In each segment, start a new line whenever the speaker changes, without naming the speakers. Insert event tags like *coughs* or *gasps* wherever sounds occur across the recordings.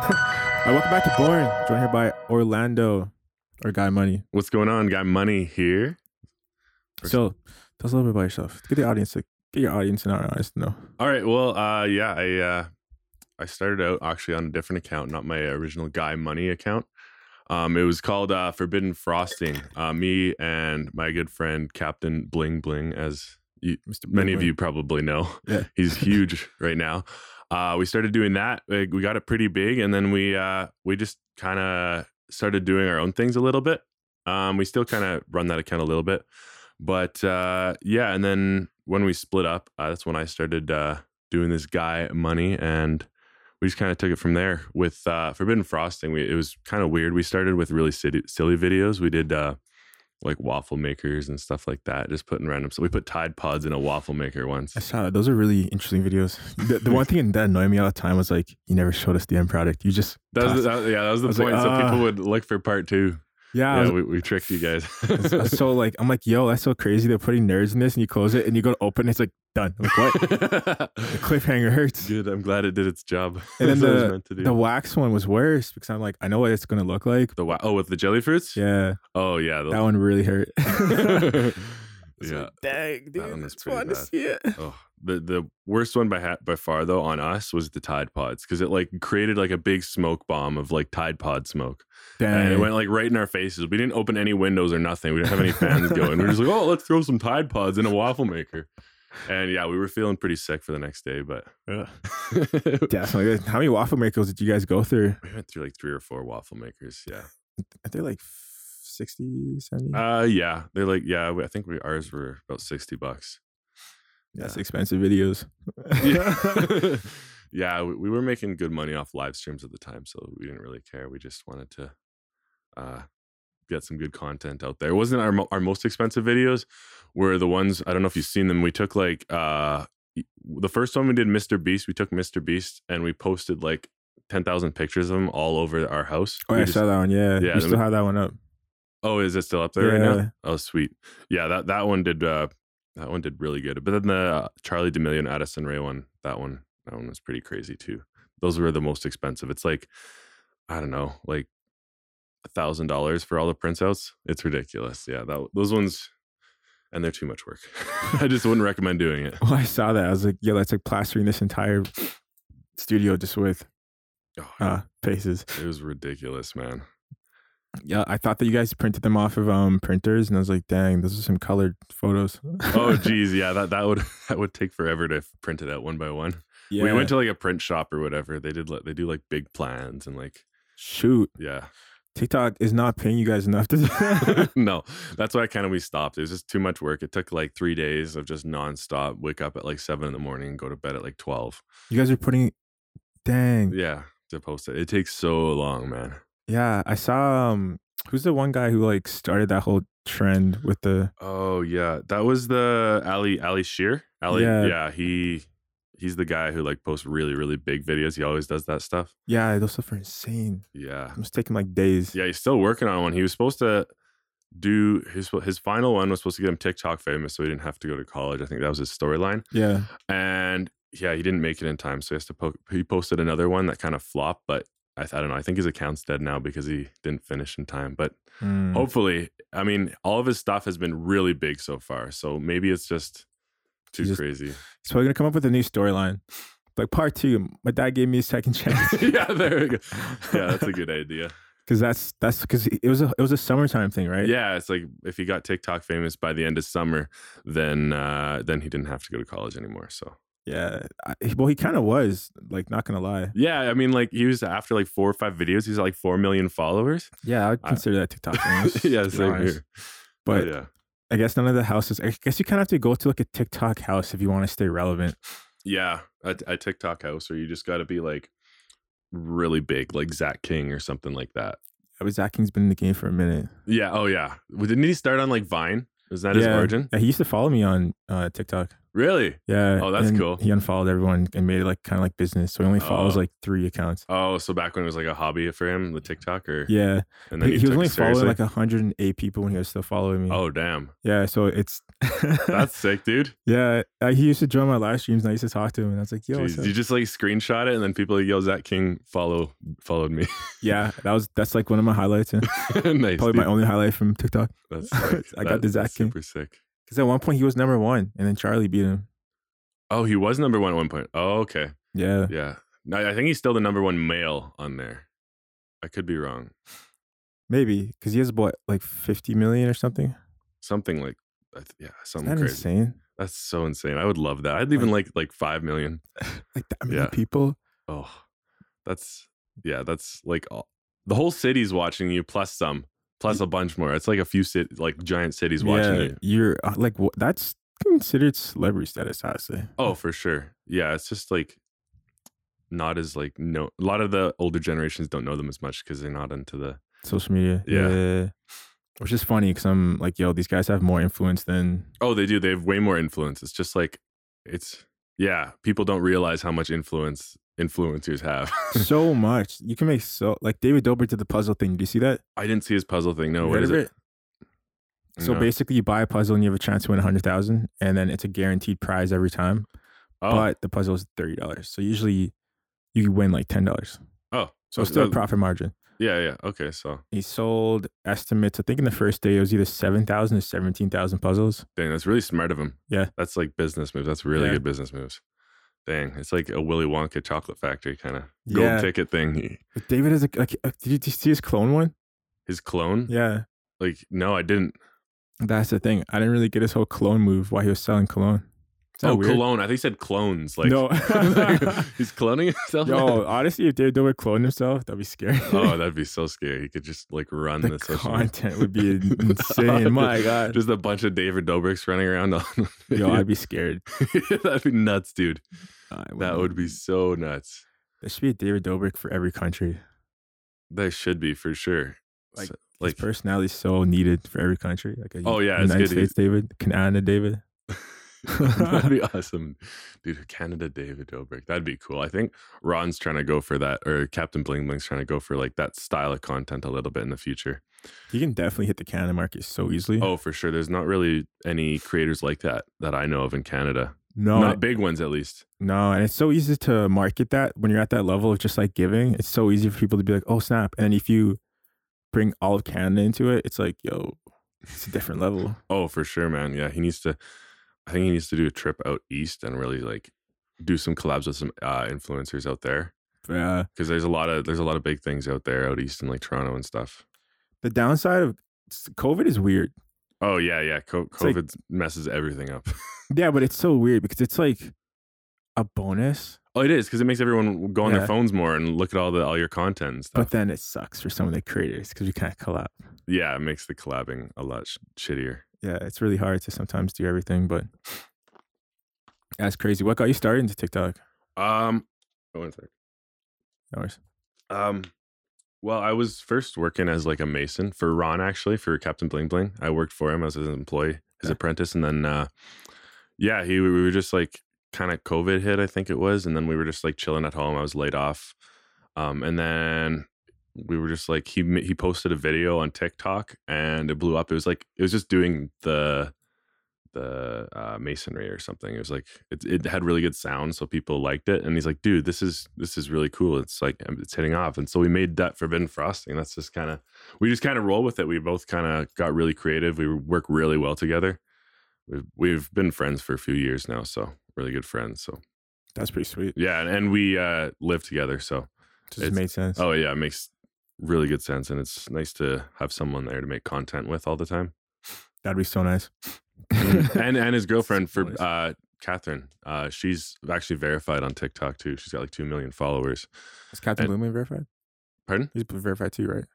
All right, welcome back to Born, joined here by Orlando or Guy Money.
What's going on? Got money here.
So, tell us a little bit about yourself. Get the audience to get your audience and our eyes to know.
All right. Well, uh, yeah, I uh, I started out actually on a different account, not my original Guy Money account. Um, it was called uh, Forbidden Frosting. Uh, me and my good friend Captain Bling Bling, as you,
Mr.
many of
Bling
you probably know,
Bling. Yeah.
*laughs* he's huge right now. Uh, we started doing that. Like, we got it pretty big, and then we uh, we just kind of started doing our own things a little bit. Um, we still kind of run that account a little bit, but uh, yeah. And then when we split up, uh, that's when I started uh, doing this guy money, and we just kind of took it from there with uh, Forbidden Frosting. We, it was kind of weird. We started with really silly, silly videos. We did. Uh, like waffle makers and stuff like that, just putting random. So we put Tide Pods in a waffle maker once.
I saw it. those are really interesting videos. The, the one thing that annoyed me all the time was like you never showed us the end product. You just
That was,
tossed-
that, yeah, that was the
I was like,
point. so
"Ah."
people would look for part two.
yeah. I
yeah,
was-
we, we tricked
*laughs*
you guys.
I was so like I'm like yo, that's so crazy. They're putting nerds in this, and you close it, and you go to open, it's like done. I'm like
*laughs*
what? the cliffhanger hurts.
Good. I'm glad it did its job.
And then
That's what *laughs* it was
the-
meant to do.
The wax one was worse because I'm like I know what it's gonna look like.
The wa- oh, with the jelly fruits.
Yeah,
Oh yeah. The,
that one really
*laughs*
hurt. *laughs* It's
yeah.
like, dang, dude,
one was
it's
pretty
fun to
bad.
see it.
Oh, the the worst one by ha- by far though on us was the Tide Pods because it like created like a big smoke bomb of like Tide Pod smoke and it
Dang.
went like right in our faces. We didn't open any windows or nothing. We didn't have any fans going. We were just like, oh, let's throw some Tide Pods in a waffle maker. And yeah, we were feeling pretty sick for the next day, but *laughs* we
Definitely. How many waffle makers did you guys go through?
went through like three or four waffle makers. Yeah.
I think like 60, 70.
Uh, yeah. They're like, yeah, we, I think we, ours were about 60 bucks.
That's expensive videos. *laughs* Oh,
Yeah. *laughs* yeah. We, we were making good money off live streams at the time. So we didn't really care. We just wanted to, uh, get some good content out there. It wasn't our, mo- our most expensive videos were the ones, I don't know if you've seen them. We took like, uh, y- the first one we did Mr. Beast, we took Mr. Beast and we posted like 10,000 pictures of him all over our house.
Oh,
We
I
just-
saw that one. Yeah.
Yeah,
we
the-
still have that one up. *laughs*
Oh, is it still up there right
Yeah.
now? Oh, sweet. Yeah, that that one did uh that one did really good. But then the uh, Charlie D'Amelio and Addison Ray one, that one that one was pretty crazy too. Those were the most expensive. It's like I don't know, like a thousand dollars for all the printouts. It's ridiculous. Yeah, that those ones and they're too much work. *laughs* I just wouldn't recommend doing it.
Well, Oh, I saw that. I was like, yo, that's like plastering this entire studio just with
Oh,
uh, faces.
It was ridiculous, man.
Yeah. I thought that you guys printed them off of um printers. And I was like, dang, those are some colored photos. *laughs*
Oh geez, yeah, that, that would *laughs* that would take forever to print it out one by one.
yeah.
We went to like a print shop or whatever. They did like they do like big plans and like
Shoot.
*laughs* yeah.
TikTok is not paying you guys enough to. *laughs*
no, that's why kind of we stopped. It was just too much work. It took like three days of just nonstop. Wake up at like seven in the morning and go to bed at like twelve.
you guys are putting. Dang.
Yeah, to post it. It takes so long, man.
Yeah, I saw um who's the one guy who like started that whole trend with the
Oh yeah, that was the Ali Ali Shear. Ali,
Yeah.
yeah. he he's the guy who like posts really really big videos. He always does that stuff.
Yeah, those stuff are insane.
Yeah,
It was taking like days.
Yeah, he's still working on one. He was supposed to do his his final one was supposed to get him TikTok famous, so he didn't have to go to college. I think that was his storyline.
Yeah.
And yeah, he didn't make it in time, so he has to po- he posted another one that kind of flopped. But I, th- I don't know. I think his account's dead now because he didn't finish in time. But
Mm.
hopefully, I mean, all of his stuff has been really big so far. So maybe it's just too
He's just-
crazy. *laughs*
He's probably gonna come up with a new storyline. Like part two, my dad gave me a second *laughs* chance.
*laughs* yeah, there we go. Yeah, that's a good idea.
Cause that's that's because it was a it was a summertime thing, right?
Yeah, it's like if he got TikTok famous by the end of summer, then uh, then he didn't have to go to college anymore. So
Yeah. I, well, he kind of was like not gonna lie.
yeah, I mean, like he was after like four or five videos, he's at like four million followers. *laughs*
Yeah, I would
I-
consider that TikTok. famous, *laughs* to
*laughs* yeah,
be
same
honest.
here.
But
yeah,
I guess none of the houses. I guess you kind of have to go to like a TikTok house if you want to stay relevant.
yeah, a, a TikTok house, or you just got to be like really big, like Zach King or something like that.
I was Zach King's been in the game for a minute.
Yeah. Oh yeah. Well, Didn't he start on like Vine? Is that his
Yeah.
origin?
Yeah, he used to follow me on uh, TikTok.
Really?
Yeah.
Oh, that's
and
cool.
He unfollowed everyone and made it like kind of like business. So he only follows
Oh.
like three accounts.
Oh, so back when it was like a hobby for him, the TikTok or
Yeah.
and
He,
you
he was
took
only
it
following
seriously?
like 108 people when he was still following me. *laughs*
Oh damn.
Yeah. So it's. *laughs*
That's sick, dude.
yeah. I, he used to join my live streams and I used to talk to him and I was like, yo, what's
Jeez,
up?
you just like screenshot it and then people like, yo, Zach King follow
*laughs*
followed me. *laughs*
yeah. That was, that's like one of my highlights. And
nice.
probably
dude.
my only highlight from TikTok.
That's
*laughs* I got the Zach
that's
King.
Super sick.
Cause at one point he was number one and then Charlie beat him.
Oh, he was number one at one point. Oh, okay.
Yeah.
Yeah. No, I think he's still the number one male on there. I could be wrong.
Maybe. Cause he has what, like 50 million or something?
Something like that. Yeah,
Isn't
something
that
crazy.
insane?
That's so insane. I would love that. I'd even like like five million.
Like that many
Yeah.
people?
Oh, that's yeah. That's like all, the whole city's watching you, plus some, plus a bunch more. It's like a few cit like giant cities watching
yeah.
you.
You're uh, like, wha- that's considered celebrity status, honestly. *laughs*
Oh, for sure. Yeah, it's just like not as like no. A lot of the older generations don't know them as much because they're not into the
Social media.
Yeah.
Which is funny because I'm like, yo, these guys have more influence
*laughs*
than.
Oh, they do. They have way more influence. It's just like it's yeah, people don't realize how much influence influencers have.
so much. You can make so. Like David Dobrik did the puzzle thing. Do you see that?
*laughs* I didn't see his puzzle thing. No,
You
what
heard
is
of
it?
So
No.
basically, you buy a puzzle and you have a chance to win 100000 and then it's a guaranteed prize every time.
oh,
but the puzzle is thirty dollars. So usually you win like ten dollars.
oh,
So it's still a
uh,
profit margin.
Yeah, yeah. Okay, so
He sold estimates. I think in the first day it was either seven thousand or seventeen thousand puzzles.
dang, that's really smart of him.
Yeah.
that's like business moves. That's really
Yeah.
good business moves. Dang, it's like a Willy Wonka chocolate factory kind of
Yeah.
gold ticket thing.
But David is a, like, uh, did you, did you see his clone one?
His clone?
Yeah,
Like, no, I didn't.
that's the thing. I didn't really get his whole clone move. Why he was selling cologne? Is that
oh,
weird?
cologne. I think he said clones. Like,
No. *laughs*
like, *laughs* he's cloning *laughs* himself.
Yo, honestly, if David Dobrik cloned himself, that'd be scary. *laughs*
Oh, that'd be so scary. He could just like run
The
the, social media.
content would
*laughs*
be *laughs* insane. My God.
Just a bunch of David Dobrik's running around on *laughs*
Yo, I'd be scared.
that'd be nuts, dude.
I
That would be so nuts.
There should be a David Dobrik for every country.
That should be for sure.
Like-
So-
His
like
personality is so needed for every country. Like a
Oh, yeah, it's
United
good. He's-
States David, Canada David.
*laughs* that'd be
*laughs*
awesome. Dude, Canada David Dobrik. That'd be cool. I think Ron's trying to go for that, or Captain Bling Bling's trying to go for like that style of content a little bit in the future.
He can definitely hit the Canada market so easily.
Oh, for sure. There's not really any creators like that that I know of in Canada.
no,
not big ones at least.
no, and it's so easy to market that when you're at that level of just like giving. It's so easy for people to be like, "Oh snap!" And if you bring all of Canada into it, it's like, yo, it's a different level.
Oh, for sure, man. Yeah, he needs to. I think he needs to do a trip out east and really like do some collabs with some uh, influencers out there
Yeah.
because there's a lot of there's a lot of big things out there out east in like Toronto and stuff.
The downside of COVID is weird.
Oh yeah, yeah. Co-
like-
COVID messes everything up. *laughs*
Yeah, but it's so weird because it's like a bonus,
Oh, it is because it makes everyone go on
Yeah.
their phones more and look at all the all your content and stuff.
but then it sucks for some of the creators because you can't collab.
yeah, it makes the collabing a lot sh- shittier.
yeah, it's really hard to sometimes do everything, but that's crazy. What got you started into TikTok?
Um, oh, one sec.
No worries.
Um, well, I was first working as like a mason for Ron, actually, for Captain Bling Bling. I worked for him as his employee, his
Yeah.
apprentice, and then uh, yeah, he we were just like kind of COVID hit, I think it was, and then we were just like chilling at home. I was laid off, um, and then we were just like he ma- he posted a video on TikTok and it blew up. It was like it was just doing the the uh, masonry or something. It was like it, it had really good sound, so people liked it. And he's like, "Dude, this is this is really cool. It's like um, it's hitting off." And so we made that forbidden frosting. That's just kind of we just kind of roll with it. We both kind of got really creative. We work really well together. We've we've been friends for a few years now, so really good friends. So
That's pretty sweet.
yeah, and, and we uh, live together. So
Just
It's-
made sense.
oh yeah, it makes really good sense, and it's nice to have someone there to make content with all the time.
That'd be so nice.
and and his girlfriend for
Nice.
uh Catherine. Uh she's actually verified on TikTok too. She's got like two million followers.
Is Captain Bling Bling verified?
Pardon?
He's verified too, right?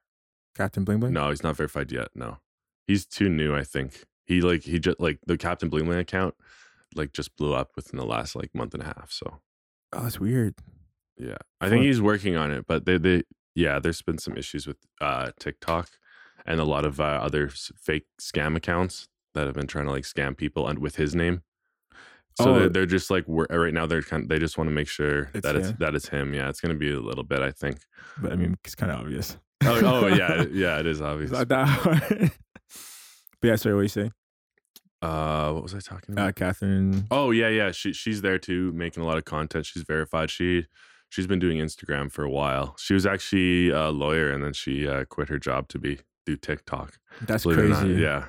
Captain Bling Bling?
No, he's not verified yet. No. He's too new, I think. He like he just like the Captain Blooming account like just blew up within the last like month and a half. So
Oh, that's weird.
yeah. I think
Fuck.
he's working on it, but they they yeah, there's been some issues with uh TikTok and a lot of uh, other s- fake scam accounts that have been trying to like scam people and with his name. So
Oh.
they're, they're just like wor- right now. They're kind. They just want to make sure
It's
that it's
him.
that it's him. Yeah, it's gonna be a little bit.
*laughs*
I think.
But I mean, it's kind of obvious.
Oh, oh yeah, yeah. It is obvious.
It's not that hard. *laughs* but yeah, sorry, what you saying?
Uh, what was I talking about?
Uh, Catherine.
oh yeah, yeah. She she's there too, making a lot of content. She's verified. She she's been doing Instagram for a while. She was actually a lawyer, and then she uh, quit her job to be do TikTok.
that's
believe it or not.
crazy.
Yeah.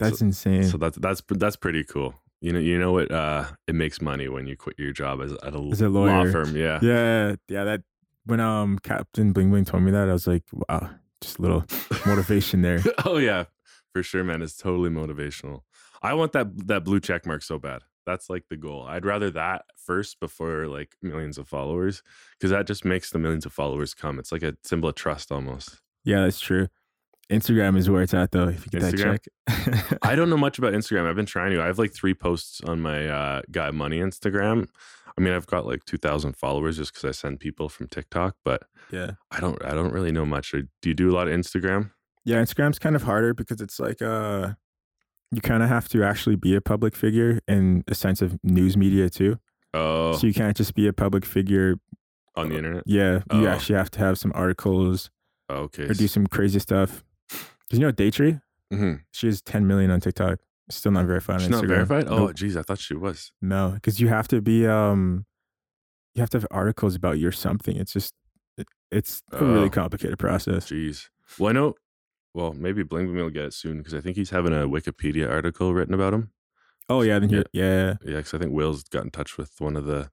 That's insane.
So that's that's that's pretty cool. You know, you know what? Uh, it makes money when you quit your job as at a,
As a
law
lawyer.
firm. Yeah.
yeah, *laughs* yeah. That when um Captain Bling Bling told me that, I was like, wow, just a little
*laughs*
motivation there.
oh yeah, for sure, man. It's totally motivational. I want that that blue check mark so bad. That's like the goal. I'd rather that first before like millions of followers, because that just makes the millions of followers come. It's like a symbol of trust almost.
Yeah, that's true. Instagram is where it's at though. If you get
Instagram?
that check. *laughs*
I don't know much about Instagram. I've been trying to. I have like three posts on my uh, Guy Money Instagram. I mean, I've got like two thousand followers just because I send people from TikTok, but
yeah.
I don't. I don't really know much. Or Do you do a lot of Instagram?
Yeah, Instagram's kind of harder because it's like uh you kind of have to actually be a public figure in a sense of news media too.
Oh,
So you can't just be a public figure.
on
uh,
the internet.
Yeah, you
Oh.
actually have to have some articles
Okay.
or do some crazy stuff. Cause you know Daytree,
hmm
she has 10 million on TikTok. Still not verified on
She's
Instagram.
not verified. Oh,
Nope.
geez, I thought she was.
no, because you have to be um, you have to have articles about your something. It's just it, it's a
Oh.
really complicated process.
Jeez. Well, I know. Well, maybe Bling Bling will get it soon because I think he's having a Wikipedia article written about him.
Oh yeah, then
Yeah.
you yeah.
Yeah, because I think Will's got in touch with one of the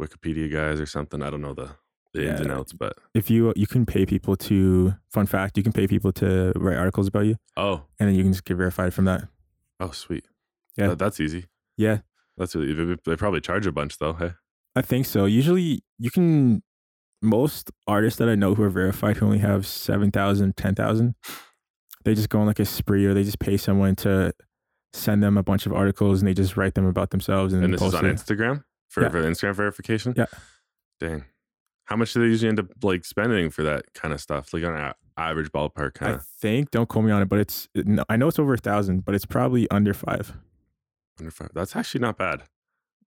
Wikipedia guys or something. I don't know the the ins and
Yeah.
outs, but
if you you can pay people to fun fact you can pay people to write articles about you
oh,
and then you can just get verified from that
oh, sweet.
Yeah.
That- that's easy.
yeah
That's really, they- they probably charge a bunch though. Hey,
i think so usually you can most artists that i know who are verified who only have 7000 10000 they just go on like a spree or they just pay someone to send them a bunch of articles and they just write them about themselves and,
and this is
post
on
it.
Instagram for
Yeah.
for the Instagram verification.
Yeah.
Dang. How much do they usually end up like spending for that kind of stuff? Like on an average ballpark kind
i
of
think don't call me on it but it's no, i know it's over a thousand but it's probably under five
under five. That's actually not bad.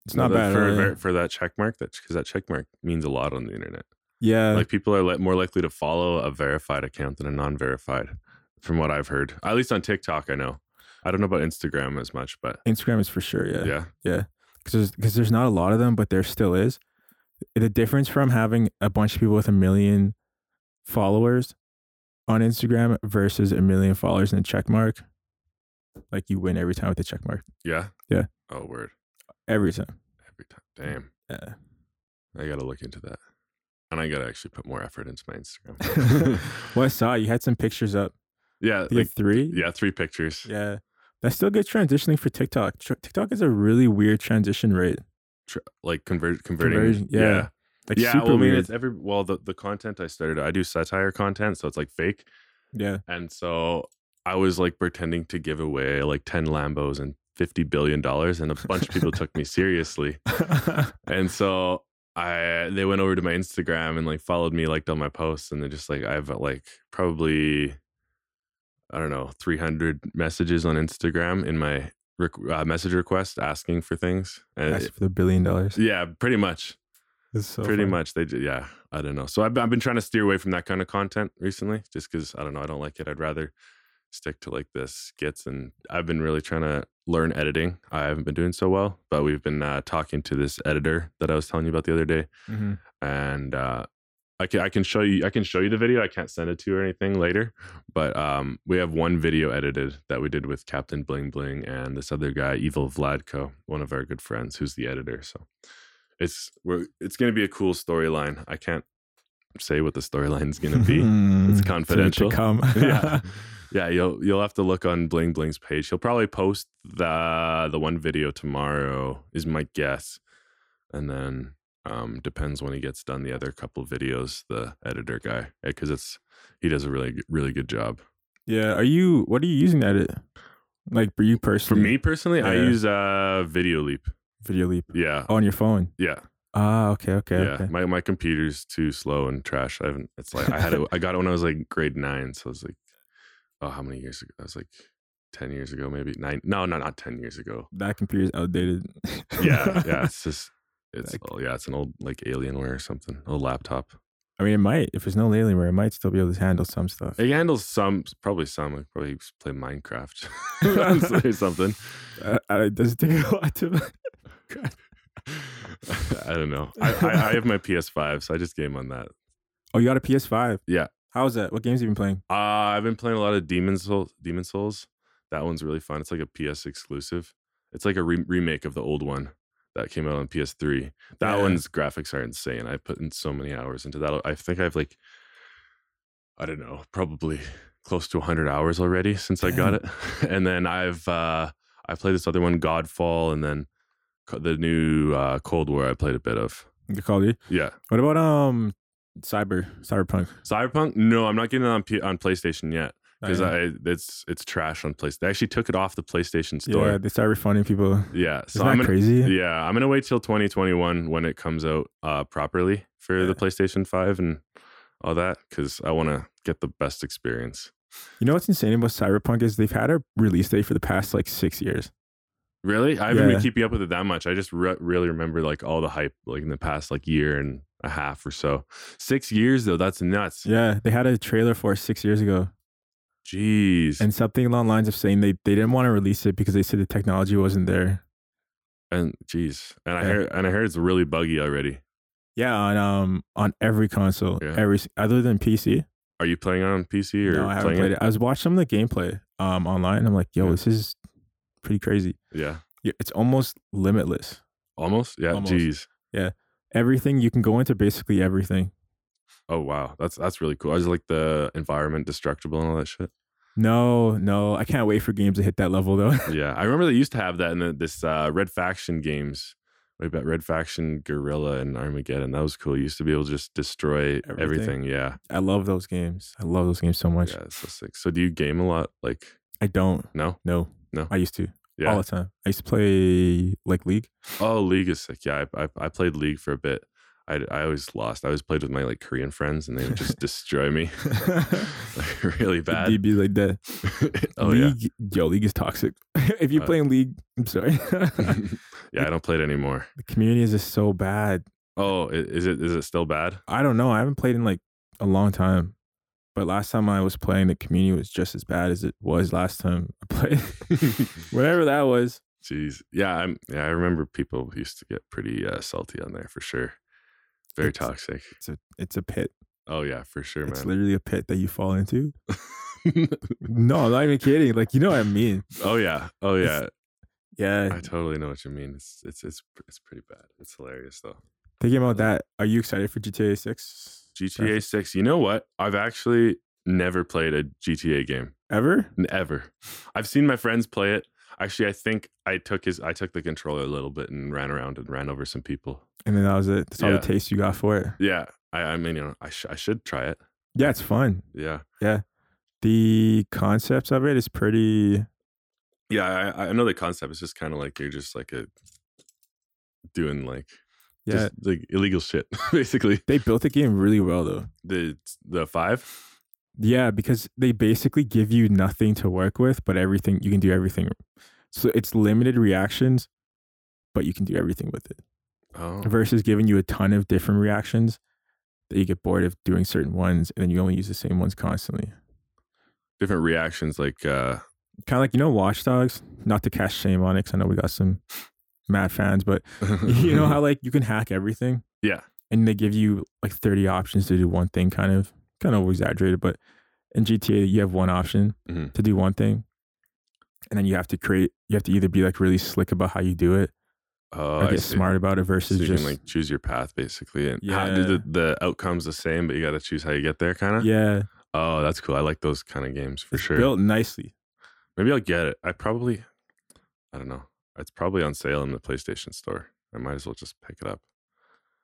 it's
No,
not
that-
bad
for,
really.
ver- for that check mark. That because that check mark means a lot on the internet.
yeah
like people are li- more likely to follow a verified account than a non-verified, from what I've heard. At least on TikTok, I know. I don't know about Instagram as much, but
instagram is for sure
yeah,
because there's, 'cause there's not a lot of them, but there still is. The difference from having a bunch of people with a million followers on Instagram versus a million followers and a check mark, like you win every time with the check mark.
yeah,
Yeah.
Oh, word!
Every time.
Every time, damn.
Yeah.
I gotta look into that, and I gotta actually put more effort into my Instagram.
*laughs* Well, I saw you had some pictures up.
Yeah,
You
Uh, like,
had three?
yeah, three pictures.
Yeah. That's still good transitioning for TikTok. Tr- TikTok is a really weird transition rate.
Tr- like convert converting.
Conversion, yeah.
yeah.
Like
yeah,
super
well, I mean,
weird.
it's every well the, the content I started. I do satire content, so it's like fake, *laughs*
yeah.
and so I was like pretending to give away like ten Lambos and fifty billion dollars, and a bunch of people took me seriously, and so I they went over to my Instagram and like followed me, liked all my posts, and they just like I have like probably I don't know three hundred messages on Instagram in my requ uh, message request asking for things, and
That's for the billion dollars.
yeah, pretty much
It's so
pretty
funny.
much they ju- yeah i don't know so I've, I've been trying to steer away from that kind of content recently just because i don't know i don't like it i'd rather stick to like the skits and i've been really trying to learn editing i haven't been doing so well but we've been uh, talking to this editor that i was telling you about the other day
Mhm.
and uh I can, I can show you I can show you the video. I can't send it to you or anything later, but um, we have one video edited that we did with Captain Bling Bling and this other guy, Evil Vladko, one of our good friends, who's the editor. So it's we're, it's going to be a cool storyline. I can't say what the storyline's going
*laughs*
to be.
Mm, to-
confidential.
To come.
*laughs*
*laughs*
yeah, yeah. You'll you'll have to look on Bling Bling's page. He'll probably post the the one video tomorrow. Is my guess, and then um, depends when he gets done the other couple videos. The editor guy, because it's he does a really g- really good job.
Yeah. Are you? What are you using that? At? Like for you
For
personally?
me personally, I
Yeah.
use uh Video Leap.
Video Leap
Yeah,
on your phone.
yeah,
Ah, okay, okay,
yeah.
okay.
My my computer's too slow and trash. I haven't. It's like I had it. I got it when I was like grade nine. So I was like, oh, how many years ago? I was like ten years ago, maybe nine. No, no, not ten years ago.
That computer's outdated.
Yeah, yeah. It's just it's
Like-
oh, yeah, it's an old like Alienware or something, old laptop.
*laughs* I mean, it might. If it's no alienware, it might still be able to handle some stuff.
It handles some, probably some. Like probably play *laughs* Minecraft or something. *laughs*
Uh, uh, it doesn't take a lot to.
I don't know. I, I, I have my PS5, so I just game on that.
Oh, you got a PS5?
Yeah.
How's that? What games have you been playing?
Uh, I've been playing a lot of Demon Souls. Demon Souls. That one's really fun. It's like a PS exclusive. It's like a re- remake of the old one that came out on PS3. That
Yeah.
one's graphics are insane. I put in so many hours into that. I think I've like, I don't know, probably close to 100 hours already since I got it. *laughs* And then I've uh I played this other one, Godfall, and then co- the new uh, Cold War. I played a bit of.
The Call of Duty?
Yeah.
What about um, Cyber Cyberpunk?
Cyberpunk? No, I'm not getting it on P- on PlayStation yet because
yeah.
I it's it's trash on PlayStation. They actually took it off the PlayStation
yeah,
store.
they start refunding people. Isn't
Yeah, so
that
I'm gonna,
crazy?
yeah, I'm gonna wait till 2021 when it comes out uh, properly for the
Yeah.
PlayStation 5 and all that because I want to get the best experience.
You know what's insane about Cyberpunk is they've had a release date for the past like six years.
Really, I haven't
Yeah.
been keeping up with it that much. I just re- really remember like all the hype like in the past like year and a half or so. Six years though, that's nuts.
Yeah, they had a trailer for it six years ago,
Jeez.
and something along the lines of saying they, they didn't want to release it because they said the technology wasn't there.
and jeez. And I
Yeah.
heard and I heard it's really buggy already.
Yeah, on um on every console,
Yeah.
every s- other than PC.
Are you playing on PC or
No, I haven't
playing
played it. I was watching some of the gameplay um online. And I'm like, yo,
Yeah.
this is pretty crazy.
Yeah,
Yeah, It's almost limitless.
almost. Yeah,
Almost.
jeez.
Everything you can go into, basically everything.
Oh wow, that's that's really cool. I just like the environment destructible and all that shit.
No, no, I can't wait for games to hit that level though. *laughs*
Yeah, I remember they used to have that in the, this uh, Red Faction games. Way back, Red Faction, Gorilla, and Armageddon. That was cool. You used to be able to just destroy everything.
Everything.
Yeah,
I love those games. I love those games so much.
yeah, it's so sick. So, do you game a lot? Like,
I don't.
no,
No,
No?
I used to
yeah.
all the time. I used to play like League.
Oh, League is sick. Yeah, I, I, I played League for a bit. I, I always lost. I always played with my like Korean friends, and they would just destroy me, *laughs* like, really *laughs* bad.
You'd be like that.
*laughs* oh
*laughs*
yeah.
League, yo, League is toxic. *laughs* if you
Uh,
play in League, I'm
*laughs*
sorry. *laughs* the
yeah, I don't play it anymore.
community is just so bad.
Oh, i- is it is it still bad?
I don't know. I haven't played in like a long time. But last time I was playing, the community was just as bad as it was last time I *laughs*
*laughs*
played. Whatever that was.
Jeez, yeah, I'm. Yeah, I remember people used to get pretty uh, salty on there for sure. Very
It's-
toxic.
It's a it's a pit.
Oh yeah, for sure,
It's
man.
literally a pit that you fall
*laughs*
into. No, I'm not even kidding. Like you know what I mean.
oh yeah, oh yeah.
Yeah.
I totally know what you mean. It's it's it's pr- it's pretty bad. It's hilarious though.
Thinking about that, are you excited for GTA Six?
GTA Six. You know what? I've actually never played a GTA game.
Ever?
N- ever. I've seen my friends play it. Actually, I think I took his I took the controller a little bit and ran around and ran over some people.
And then that was it. That's all the
Yeah.
taste you got for it.
Yeah, I, I mean, you know, I, sh- I should try it.
Yeah, it's fun.
Yeah,
The concepts of it is pretty.
yeah, I, I know the concept. It's just kind of like you're just like a doing like
Yeah,
just like illegal shit, *laughs* basically.
they built the game really well though.
The the five.
Yeah, because they basically give you nothing to work with, but everything you can do everything. So it's limited reactions, but you can do everything with it.
Oh,
Versus giving you a ton of different reactions that you get bored of doing certain ones, and then you only use the same ones constantly.
different reactions. Like, uh
Kind of like you know Watch Dogs. Not to cast shame on it, 'cause I know we got some mad fans, but *laughs*
*laughs*
*laughs* you know how like you can hack everything.
yeah,
and they give you like 30 options to do one thing kind of kind of exaggerated but in gta you have one option
Mhm.
to do one thing and then you have to create you have to either be like really slick about how you do it
oh,
or
I
get
see.
smart about it
So
versus
you
just
can like choose your path basically, and yeah. how, do the, the outcome's the same, but you got to choose how you get there, kind of.
yeah
Oh, that's cool. I like those kind of games for
it's
sure.
built nicely
Maybe I'll get it. I probably, I don't know. It's probably on sale in the PlayStation Store. I might as well just pick it up.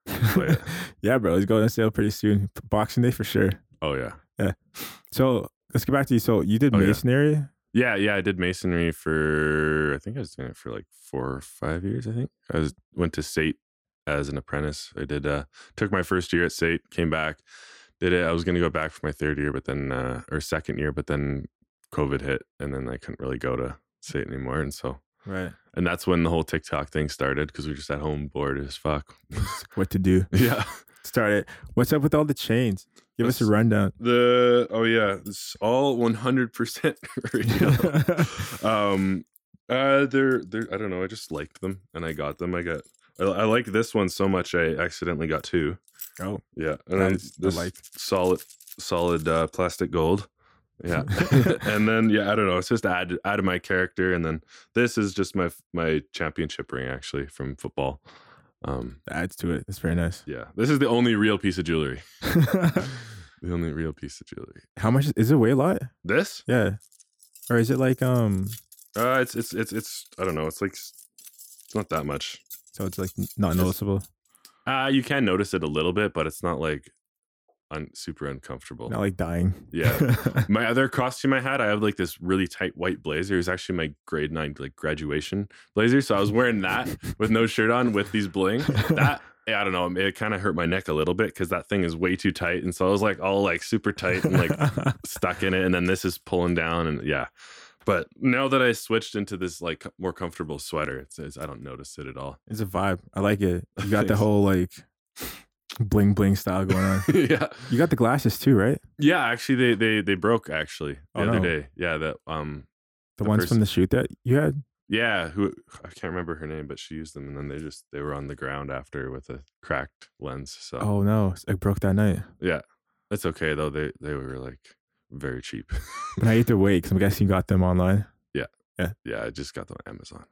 yeah.
*laughs* yeah bro it's going on sale pretty soon boxing day for sure
Oh yeah,
so let's get back to you so you did
Oh, yeah.
masonry
yeah, yeah. I did masonry for I think I was doing it for like four or five years. I think I was went to Sate as an apprentice. I did uh took my first year at Sate, came back, did it. I was gonna go back for my third year, but then uh or second year, but then COVID hit, and then I couldn't really go to see it anymore, and so
Right.
and that's when the whole TikTok thing started because we were just at home bored as fuck. *laughs*
What to do?
yeah.
Start it. What's up with all the chains? Give us a
That's- *laughs*
rundown.
The oh yeah, it's all one hundred percent *laughs* um uh they're they're i don't know i just liked them and i got them i got i, I like this one so much i accidentally got two
*laughs* oh,
yeah
That
and then
is a
this
like.
solid solid uh plastic gold yeah *laughs* and then yeah i don't know it's just add add my character and then this is just my my championship ring actually from football um
that adds to it. That's very nice.
yeah this is the only real piece of jewelry the only real piece of jewelry
*laughs* How much is, is it? Weigh a lot?
this
Yeah. Or is it like um?
uh it's it's it's it's i don't know it's like s- it's not that much
So it's like n- not
Just-
noticeable.
Uh, you can notice it a little bit, but it's not like un- super uncomfortable.
Not like dying.
Oh.
*laughs*
Yeah. my other costume I had, I have like this really tight white blazer. It was actually my grade nine like graduation blazer, so I was wearing that with no shirt on with these bling. That eh, I don't know, it kind of hurt my neck a little bit because that thing is way too tight, and so I was like all like super tight and like stuck in it, and then this is pulling down, and yeah. But now that I switched into this like more comfortable sweater, it's, it's I don't notice it at all.
*laughs*
*laughs*
it's a vibe. I like it. You got the
Thanks.
whole like bling bling style going on.
yeah.
You got the glasses too, right?
Yeah, actually, they they they broke actually the
Oh,
other
no.
day. Yeah, that um,
The,
The
ones
person-
from the shoot that you had.
yeah, who *sighs* I can't remember her name, but she used them, and then they just they were on the ground after with a cracked lens. So
Oh no, it broke that night.
yeah, that's okay though. They they were like very cheap. *laughs*
And I ate their weight because I'm guessing you got them online.
yeah, I just got them on Amazon.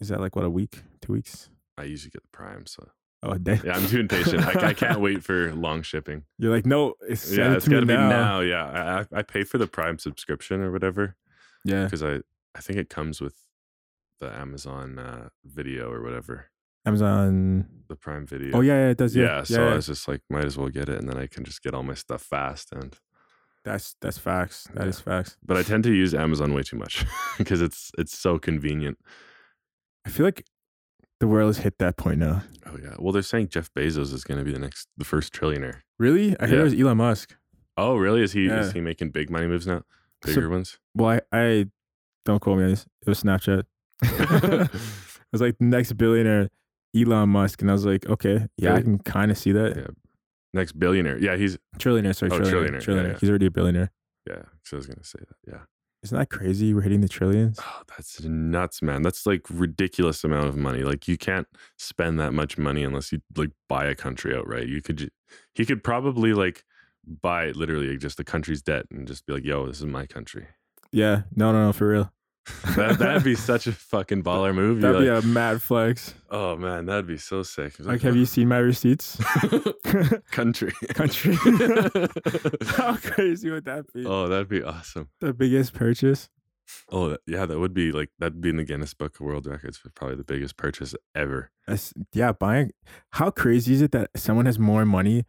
Is that like what a week, two weeks?
I usually get the Prime, so
Oh damn.
yeah, I'm too impatient. I, I can't wait for long shipping.
*laughs* You're like, no, it's
yeah,
send it
it's
to me
gotta
now.
be now. Yeah, I- I I pay for the Prime subscription or whatever
Yeah,
because I I think it comes with the Amazon uh, video or whatever
Amazon.
the Prime video.
Oh yeah, yeah, it does.
yeah,
Yeah,
so I was just like might as well get it and then i can just get all my stuff fast and
that's that's facts. That
Yeah.
is facts.
but i tend to use amazon way too much *laughs* because it's it's so convenient
I feel like the world has hit that point now.
oh yeah well they're saying jeff bezos is going to be the next the first trillionaire
Really? I heard
Yeah.
it was Elon Musk.
oh really is he
Yeah.
is he making big money moves now
So-
bigger ones
Well, I, I don't quote me on this. It was
*laughs*
Snapchat. *laughs* it was like the next billionaire, Elon Musk, and I was like, okay, yeah, I
Really?
can kind of see that.
Yeah. next billionaire yeah he's
Trillionaire, sorry,
Oh,
trillionaire,
trillionaire,
trillionaire.
yeah, yeah.
He's already a billionaire.
yeah so i was going to say that yeah
Isn't that crazy? We're hitting the
*sighs*
trillions.
oh, that's nuts man that's like ridiculous amount of money like you can't spend that much money unless you like buy a country outright you could ju- he could probably like buy literally just the country's debt and just be like yo this is my country
Yeah, no, no, no, for real.
that, that'd be such a fucking baller move
*laughs*
You're
That'd be
like,
a mad flex.
oh man that'd be so sick It's *laughs*
Like, have you seen my receipts?
country
*laughs*
*laughs*
Country. *laughs* How crazy would that be?
oh that'd be awesome
The biggest purchase.
oh that- yeah that would be like that'd be in the guinness book of world records for probably the biggest purchase ever
That's- yeah, buying. How crazy is it that someone has more money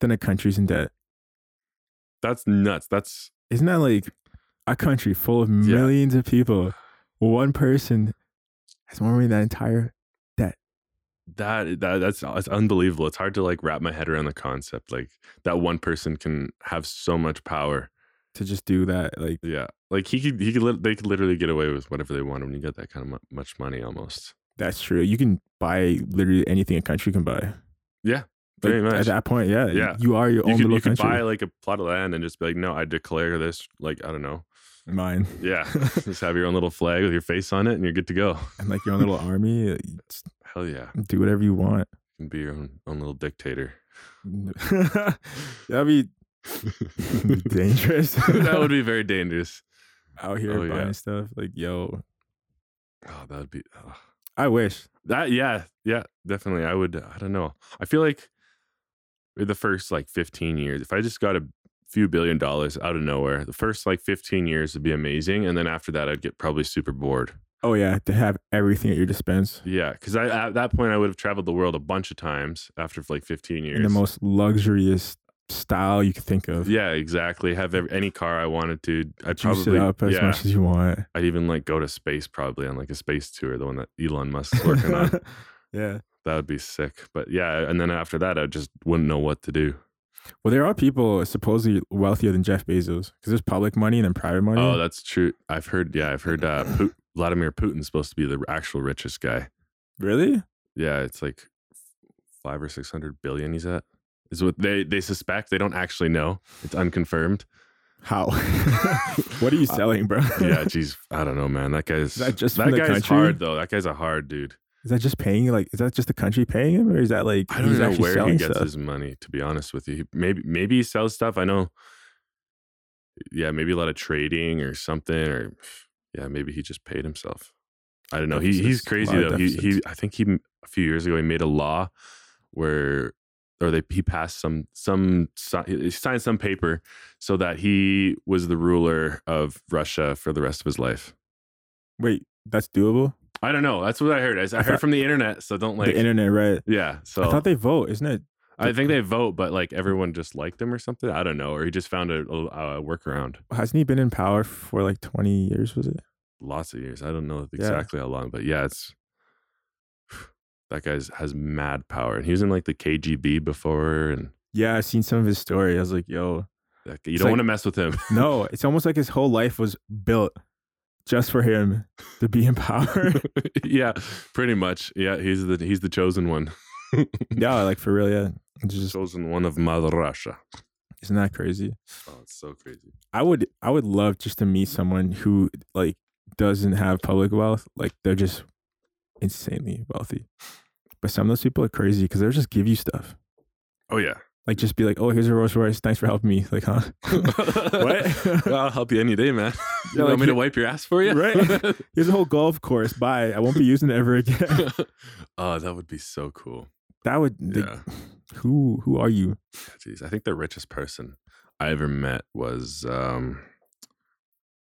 than a country's in debt?
that's nuts that's
Isn't that like a country full of millions of
*sighs*
people? One person has more money than that entire.
that, that that's uh, it's unbelievable it's hard to like wrap my head around the concept like that one person can have so much power
To just do that, like
yeah like he could he could lit- they could literally get away with whatever they want when you got that kind of mu- much money almost
that's true. You can buy literally anything a country can buy.
Yeah,
Like,
very much.
At that point, yeah,
Yeah.
you are your
you
own
could,
little
you could
country.
buy like a plot of land and just be like no i declare this like i don't know
Mine
yeah just have your own little flag with your face on it and you're good to go
and like
*laughs*
your own little army. you just
hell yeah
do whatever you want.
you can be your own, own little dictator *laughs*
*laughs* That'd be dangerous.
*laughs* that would be very dangerous
*laughs* out here
Oh, yeah.
buying stuff. Like, yo,
oh that would be oh.
I wish.
That yeah, yeah, definitely. I would I don't know. I feel like in the first like 15 years, if I just got a few billion dollars out of nowhere, the first like 15 years would be amazing and then after that I'd get probably super bored.
Oh yeah, to have everything at your dispense
Yeah, cuz I at that point I would have traveled the world a bunch of times after like 15 years.
in the most luxurious style you could think of.
yeah, exactly. Have ev any car I wanted to. I'd
Juice
probably
it up as
yeah.
much as you want.
I'd even like go to space probably on like a space tour, the one that Elon Musk's
*laughs*
working on.
yeah.
That would be sick. But yeah, and then after that I just wouldn't know what to do.
Well, there are people supposedly wealthier than Jeff Bezos because there's public money and then private money.
Oh, that's true. I've heard. Yeah, I've heard. Uh, Pu- Vladimir Putin's supposed to be the actual richest guy.
really?
Yeah, it's like five or six hundred billion. He's at is what they they suspect. They don't actually know. It's unconfirmed.
How? *laughs* what are you
Uh,
selling, bro? *laughs*
yeah, geez, I don't know, man. That guy's
that just
that
from the
guy's
country?
hard though. That guy's a hard dude.
Is that just paying? Like, is that just the country paying him, or is that like
I don't
he's
know
actually
where
selling
he gets
stuff?
his money. To be honest with you, He- maybe maybe he sells stuff. I know. Yeah, maybe a lot of trading or something, or yeah, maybe he just paid himself. I don't know. He he's
Deficits, a
crazy
lot of
though. He he.
deficits.
I think he a few years ago he made a law where or they he passed some some si- he signed some paper so that he was the ruler of Russia for the rest of his life.
Wait, that's doable.
I don't know. That's what I heard. I, I
I
heard
thought-
from the internet. So don't like.
the internet, right?
yeah. So
I thought they vote, isn't it?
I think they vote, but like everyone just liked him or something. I don't know, or he just found a, a, a workaround.
Hasn't he been in power for like 20 years? Was it?
Lots of years. I don't know
Yeah.
exactly how long, but yeah, it's *sighs* that guy's has mad power, and he was in like the KGB before, and
Yeah, I've seen some of his story. I was like, yo,
that, you
It's
don't
like-
want to mess with him.
no. It's almost like his whole life was built just for him to be in *laughs* power.
*laughs* yeah, pretty much. Yeah, he's the he's the chosen one, *laughs*
yeah, like for real. Yeah, it's just
chosen one of Mother Russia.
isn't that crazy?
Oh, it's so crazy.
I would I would love just to meet someone who like doesn't have public wealth. Like they're just insanely wealthy. But some of those people are crazy because they'll just give you stuff.
Oh yeah, *laughs*
Like just be like, oh, here's a Rolls Royce. Thanks for helping me. Like, huh? *laughs*
what? I'll help you any day, man. *laughs* You
Yeah,
want
like
me to
you-
wipe your ass for you?
Right. Here's a whole golf course. Bye. I won't be using it ever
*laughs*
again.
*laughs* oh, that would be so cool.
That would. like,
Yeah.
who who are you?
Jeez, I think the richest person I ever met was um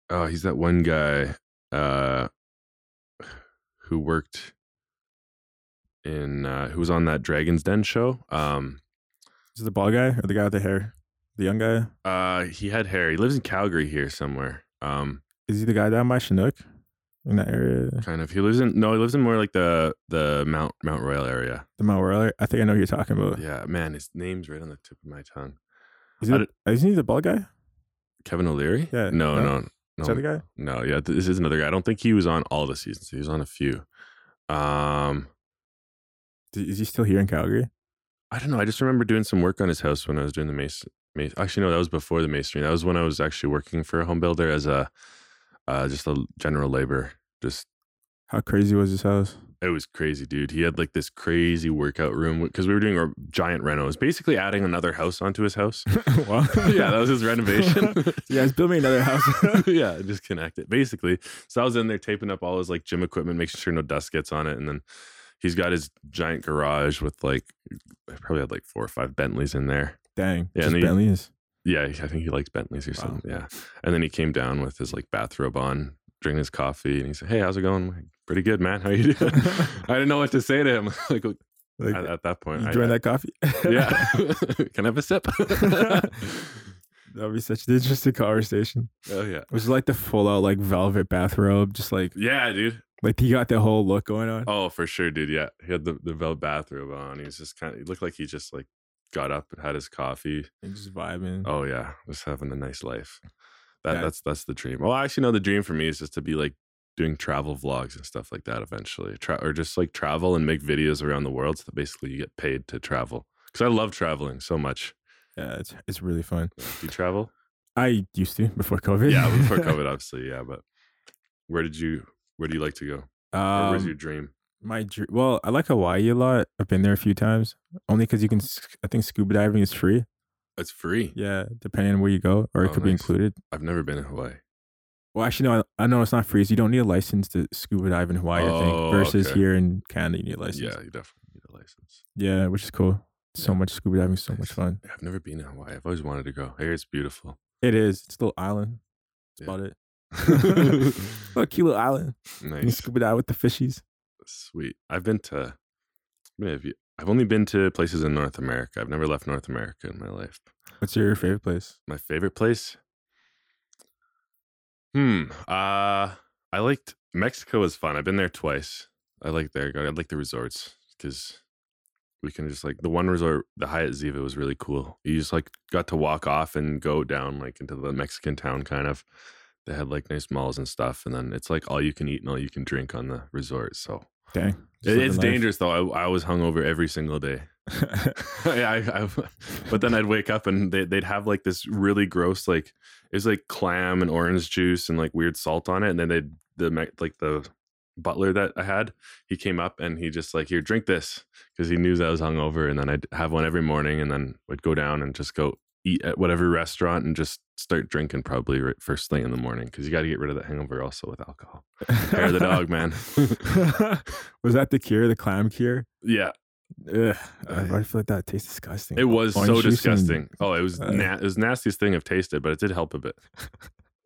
oh, he's that one guy uh who worked in uh who was on that Dragon's Den show. Um
Is it the ball guy or the guy with the hair? The young guy?
uh he had hair. He lives in Calgary here somewhere. Um
Is he the guy down by Chinook in that area?
kind of. He lives in no, he lives in more like the the Mount Mount Royal area.
The Mount Royal? I think I know who you're talking about.
Yeah, man, his name's right on the tip of my tongue.
Is
I
it, isn't he the ball guy?
Kevin O'Leary?
Yeah,
No,
no.
no. no.
Is that the guy?
No, yeah, th- this is another guy. I don't think he was on all the seasons. He was on a few. Um,
Is he still here in Calgary?
I don't know. I just remember doing some work on his house when I was doing the mason. Mas- actually, no, that was before the masonry. That was when I was actually working for a home builder as a uh, just a general labor. Just
How crazy was his
*laughs*
house?
it was crazy, dude. He had like this crazy workout room because we were doing our giant renos, basically adding another house onto his house. *laughs*
wow. *laughs*
yeah, that was his renovation.
yeah, he's built me *laughs* another
*laughs*
house.
yeah, just connect it basically. So I was in there taping up all his like gym equipment, making sure no dust gets on it, and then he's got his giant garage with like I probably had like four or five Bentleys in there.
Dang.
Yeah,
just
and he-
Bentley's.
Yeah, I think he likes Bentleys or
Wow.
something. Yeah, and then he came down with his like bathrobe on, drinking his coffee, and he said, "Hey, how's it going?" I'm like, Pretty good, man. How
*laughs*
you doing? *laughs* I didn't know what to say to him. *laughs* like
Like,
at, at that point,
you
I-
join that coffee?
*laughs* yeah.
*laughs*
*laughs* Can I have a sip?
that would be such an interesting conversation.
oh yeah,
It was like the full out like velvet bathrobe, just like
yeah, dude.
like he got the whole look going on.
Oh, for sure, dude. Yeah, he had the the velvet bathrobe on. He was just kind of. He looked like he just like got up and had his coffee.
And just vibing.
Oh yeah, just having a nice life. That
That-
that's that's the dream. Well, actually, no, the dream for me is just to be like doing travel vlogs and stuff like that eventually, Tra- or just like travel and make videos around the world. So that basically, you get paid to travel because I love traveling so much.
Yeah, it's it's really fun.
Do you *laughs* travel?
I used to before COVID.
yeah,
*laughs*
*laughs* before COVID, obviously. Yeah, but where did you? Where do you like to go? Or where's
Um,
your dream?
My dr- well, I like Hawaii a lot. I've been there a few times, only because you can. s- I think scuba diving is free.
It's free.
Yeah, depending on where you go, or it
Oh,
could be
nice.
included.
I've never been in Hawaii.
Well, actually, no. I, I know it's not free. So you don't need a license to scuba dive in Hawaii. I
Oh,
think versus
okay.
here in Canada, you need a license.
Yeah, you definitely need a license.
Yeah, which is cool. So
Yeah.
much scuba diving, so
Nice.
much fun.
I've never been to Hawaii. I've always wanted to go. I hear it's beautiful.
It is. It's a little island.
Yeah.
That's about it.
*laughs* nice.
Look, cute *laughs* little island. You scuba dive with the fishies.
Sweet. I've been to I mean, have you- I've only been to places in North America. I've never left North America in my life.
What's your favorite place?
My favorite place? Hmm. Uh I liked Mexico was fun. I've been there twice. I like there. I like the resorts because we can just like the one resort, the Hyatt Ziva was really cool. You just like got to walk off and go down like into the Mexican town kind of. They had like nice malls and stuff, and then it's like all you can eat and all you can drink on the resort. So
Dang. Just
It-
living
it's
life.
dangerous though. I, I was hungover every single day.
*laughs*
*laughs* yeah, I, I, but then I'd wake up and they, they'd have like this really gross, like it was like clam and orange juice and like weird salt on it. And then they'd the me- like the butler that I had, he came up and he just like here, drink this because he knew that I was hungover. And then I'd have one every morning and then would go down and just go eat at whatever restaurant and just start drinking probably right first thing in the morning because you got to get rid of that hangover also with alcohol. Hair of the dog, man.
*laughs*
*laughs*
was that the cure, the clam cure?
yeah,
Ugh, I, I feel like that tastes disgusting.
it was
Orange
so
juice and-
disgusting. Oh, it was
Uh.
na- it was the nastiest thing I've tasted, but it did help a bit.
*laughs*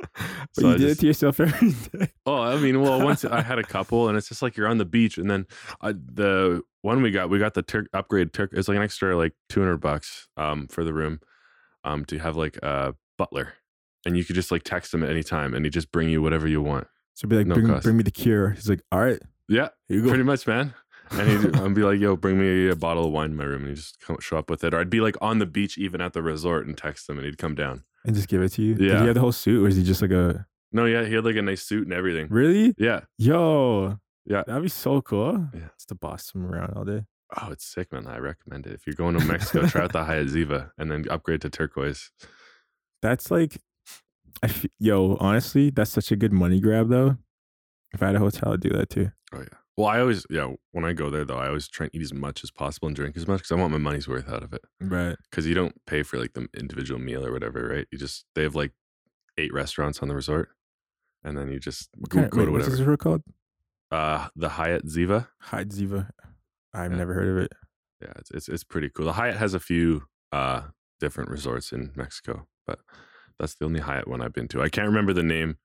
But
So
you
I
did it
just-
to yourself every *laughs* day.
Oh, I mean, well, once I had a couple, and it's just like you're on the beach, and then uh, the one we got, we got the Turk upgrade Turk. It's like an extra like two hundred bucks um for the room, um to have like a butler, and you could just like text him at any time, and he just bring you whatever you want.
So be like,
No
bring,
cost.
bring me the cure. He's like, all right,
Yeah,
here you go.
pretty much, man. And he'd I'd be like, "Yo, bring me a bottle of wine in my room," and he just come show up with it. Or I'd be like on the beach, even at the resort, and text him, and he'd come down.
*laughs* and just give it to you. Did
Yeah.
he have the whole suit, or is he just like a
No, yeah, he had like a nice suit and everything.
really?
Yeah,
Yo,
Yeah.
that'd be so cool.
Yeah.
just to boss him around all day.
Oh, it's sick, man. I recommend it. If you're going to Mexico, try out the Hyatt Ziva and then upgrade to turquoise.
That's like, I f- yo, honestly, that's such a good money grab though. If I had a hotel, I'd do that too.
Well, I always, yeah, when I go there, though, I always try and eat as much as possible and drink as much because I want my money's worth out of it.
Right.
Because you don't pay for like the individual meal or whatever, right? You just, they have like eight restaurants on the resort and then you just go, go to
what's this
whatever.
road called?
Uh, the Hyatt Ziva.
Hyde Ziva. I've
Yeah.
never heard of it.
Yeah, it's, it's, it's pretty cool. The Hyatt has a few uh, different resorts in Mexico, but that's the only Hyatt one I've been to. I can't remember the name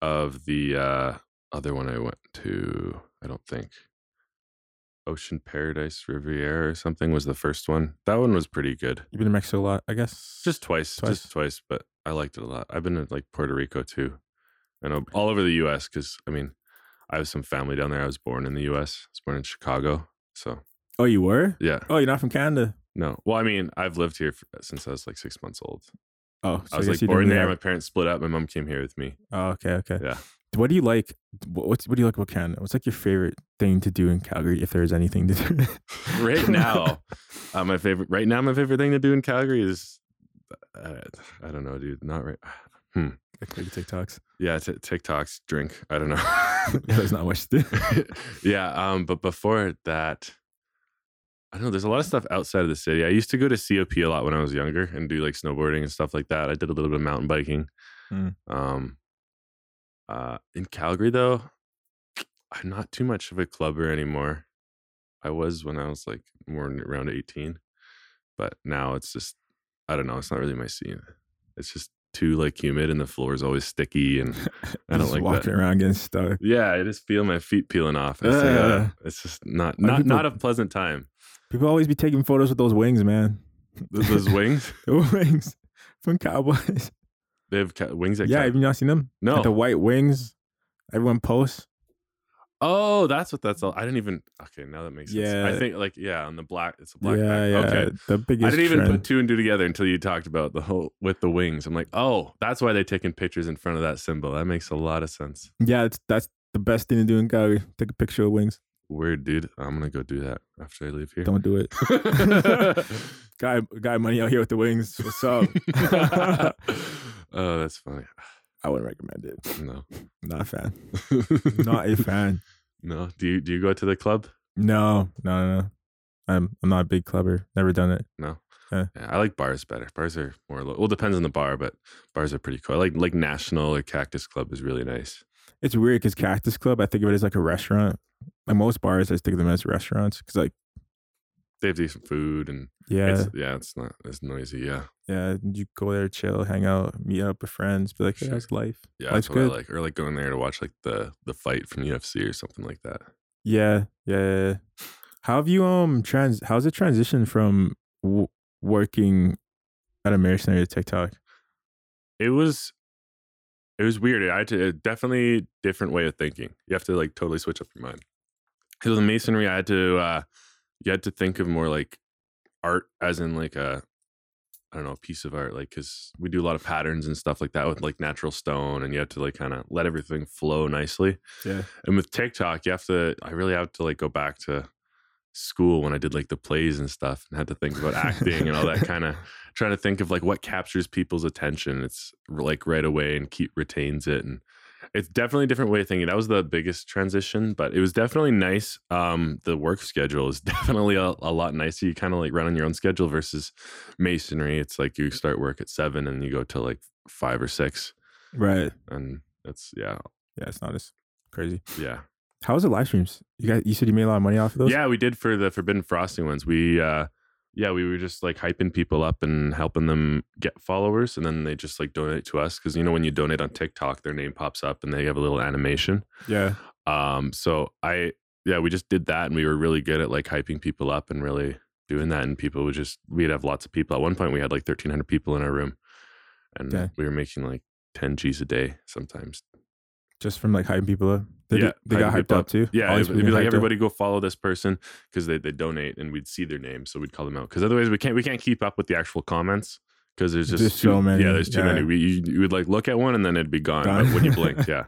of the uh, other one I went to. I don't think Ocean Paradise Riviera or something was the first one. That one was pretty good.
You've been to Mexico a lot, I guess.
Just twice,
Twice.
just twice, but I liked it a lot. I've been to like Puerto Rico too, and uh, all over the U.S. Because I mean, I have some family down there. I was born in the U.S. I was born in Chicago, so
Oh, you were?
yeah.
Oh, you're not from Canada.
No. Well, I mean, I've lived here f since I was like six months old.
Oh, so
I
guess
was like
you didn't
born
really
there. My
have-
parents split up. My mom came here
*laughs*
with me.
Oh, okay, okay.
Yeah.
What do you like? What, what's what do you like about Canada? What's like your favorite thing to do in Calgary, if there is anything to do?
*laughs*
*laughs*
Right now, uh, my favorite. Right now, my favorite thing to do in Calgary is, uh, I don't know, dude. Not right. *sighs*
like maybe
*laughs*
TikToks.
Yeah, t- TikToks, drink. I don't know. *laughs*
Yeah, there's not much to do. *laughs*
yeah. Um. But before that, I don't know. There's a lot of stuff outside of the city. I used to go to COP a lot when I was younger and do like snowboarding and stuff like that. I did a little bit of mountain biking.
Mm.
Um. Uh. In Calgary, though, I'm not too much of a clubber anymore. I was when I was like more n- around 18, but now it's just I don't know. It's not really my scene. It's just too like humid and the floor is always sticky and I don't
Just
like that.
walking around getting stuck.
Yeah, I just feel my feet peeling off. It's, like, uh,
Ugh.
it's just not not
people-
not a pleasant time.
People always be taking photos with those wings, man. *laughs*
Those, those wings,
Those wings from Cowboys. *laughs*
they have ca- wings at
yeah,
Cal-
have you not seen them?
no.
Like the white wings. Everyone posts.
oh, that's what that's all. I didn't even. Okay, now that makes sense. I
Yeah.
think like yeah, on the black, it's a black.
yeah,
back.
yeah.
Okay.
The biggest.
I didn't even
trend.
put two and two together until you talked about the whole with the wings. I'm like, oh, that's why they're taking pictures in front of that symbol. That makes a lot of sense.
Yeah, it's, that's the best thing to do in Calgary. Take a picture of wings.
Weird, dude. I'm gonna go do that after I leave here.
Don't *laughs* do it. Guy, guy, money out here with the wings. What's up?
*laughs* oh, that's funny.
I wouldn't recommend it.
No.
Not a fan. Not a fan.
No. Do you do you go to the club?
No, no, no, no. I'm I'm not a big clubber. Never done it.
Yeah, I like bars better. Bars are more lo- well, depends on the bar, but bars are pretty cool. I like like National or Cactus Club is really nice.
It's weird because Cactus Club, I think of it as like a restaurant. Like most bars, I think of them as restaurants because like
They have decent food and
yeah,
it's, yeah, it's not as noisy. Yeah,
yeah, you go there, chill, hang out, meet up with friends, be like, hey, how's life?
yeah,
Life's
that's what
good.
I like. Or like going there to watch like the the fight from UFC or something like that.
Yeah, yeah. yeah, yeah. How have you um trans? How's the transition from w- working at a marriage center to TikTok?
It was it was weird. I had to definitely different way of thinking. You have to like totally switch up your mind. Because with masonry, I had to uh, you had to think of more like art as in like a I don't know, a piece of art, like because we do a lot of patterns and stuff like that with like natural stone, and you have to like kind of let everything flow nicely.
Yeah.
And with TikTok, you have to. I really have to like go back to school when I did like the plays and stuff, and had to think about acting and all that kind of trying to think of like what captures people's attention. It's like right away and keep retains it, and it's definitely a different way of thinking. That was the biggest transition, but it was definitely nice. Um, the work schedule is *laughs* definitely a, a lot nicer. You kind of like run on your own schedule versus masonry. It's like you start work at seven and you go till like five or six,
Right.
and that's yeah,
Yeah, it's not as crazy.
yeah.
How was the live streams? You guys, you said you made a lot of money off of those.
Yeah, we did for the Forbidden Frosting ones. We uh yeah, we were just like hyping people up and helping them get followers and then they just like donate to us cuz you know when you donate on TikTok, their name pops up and they have a little animation.
Yeah.
Um so I yeah, we just did that and we were really good at like hyping people up and really doing that and people would just we'd have lots of people. At one point we had like 1300 people in our room and
Dang.
we were making like 10 G's a day sometimes.
Just from like hyping people up. They,
Yeah,
they got
hyping
hyped
people
up,
up.
too.
Yeah,
All
it'd,
these
it'd
people
be like
hyped up.
everybody go follow this person because they, they donate, and we'd see their name, so we'd call them out. Because otherwise, we can't we can't keep up with the actual comments because there's just
There's
too,
so many,
Yeah, there's too
yeah.
many. We you, you would like look at one and then it'd be gone.
Gone.
But when you
*laughs*
blink, yeah.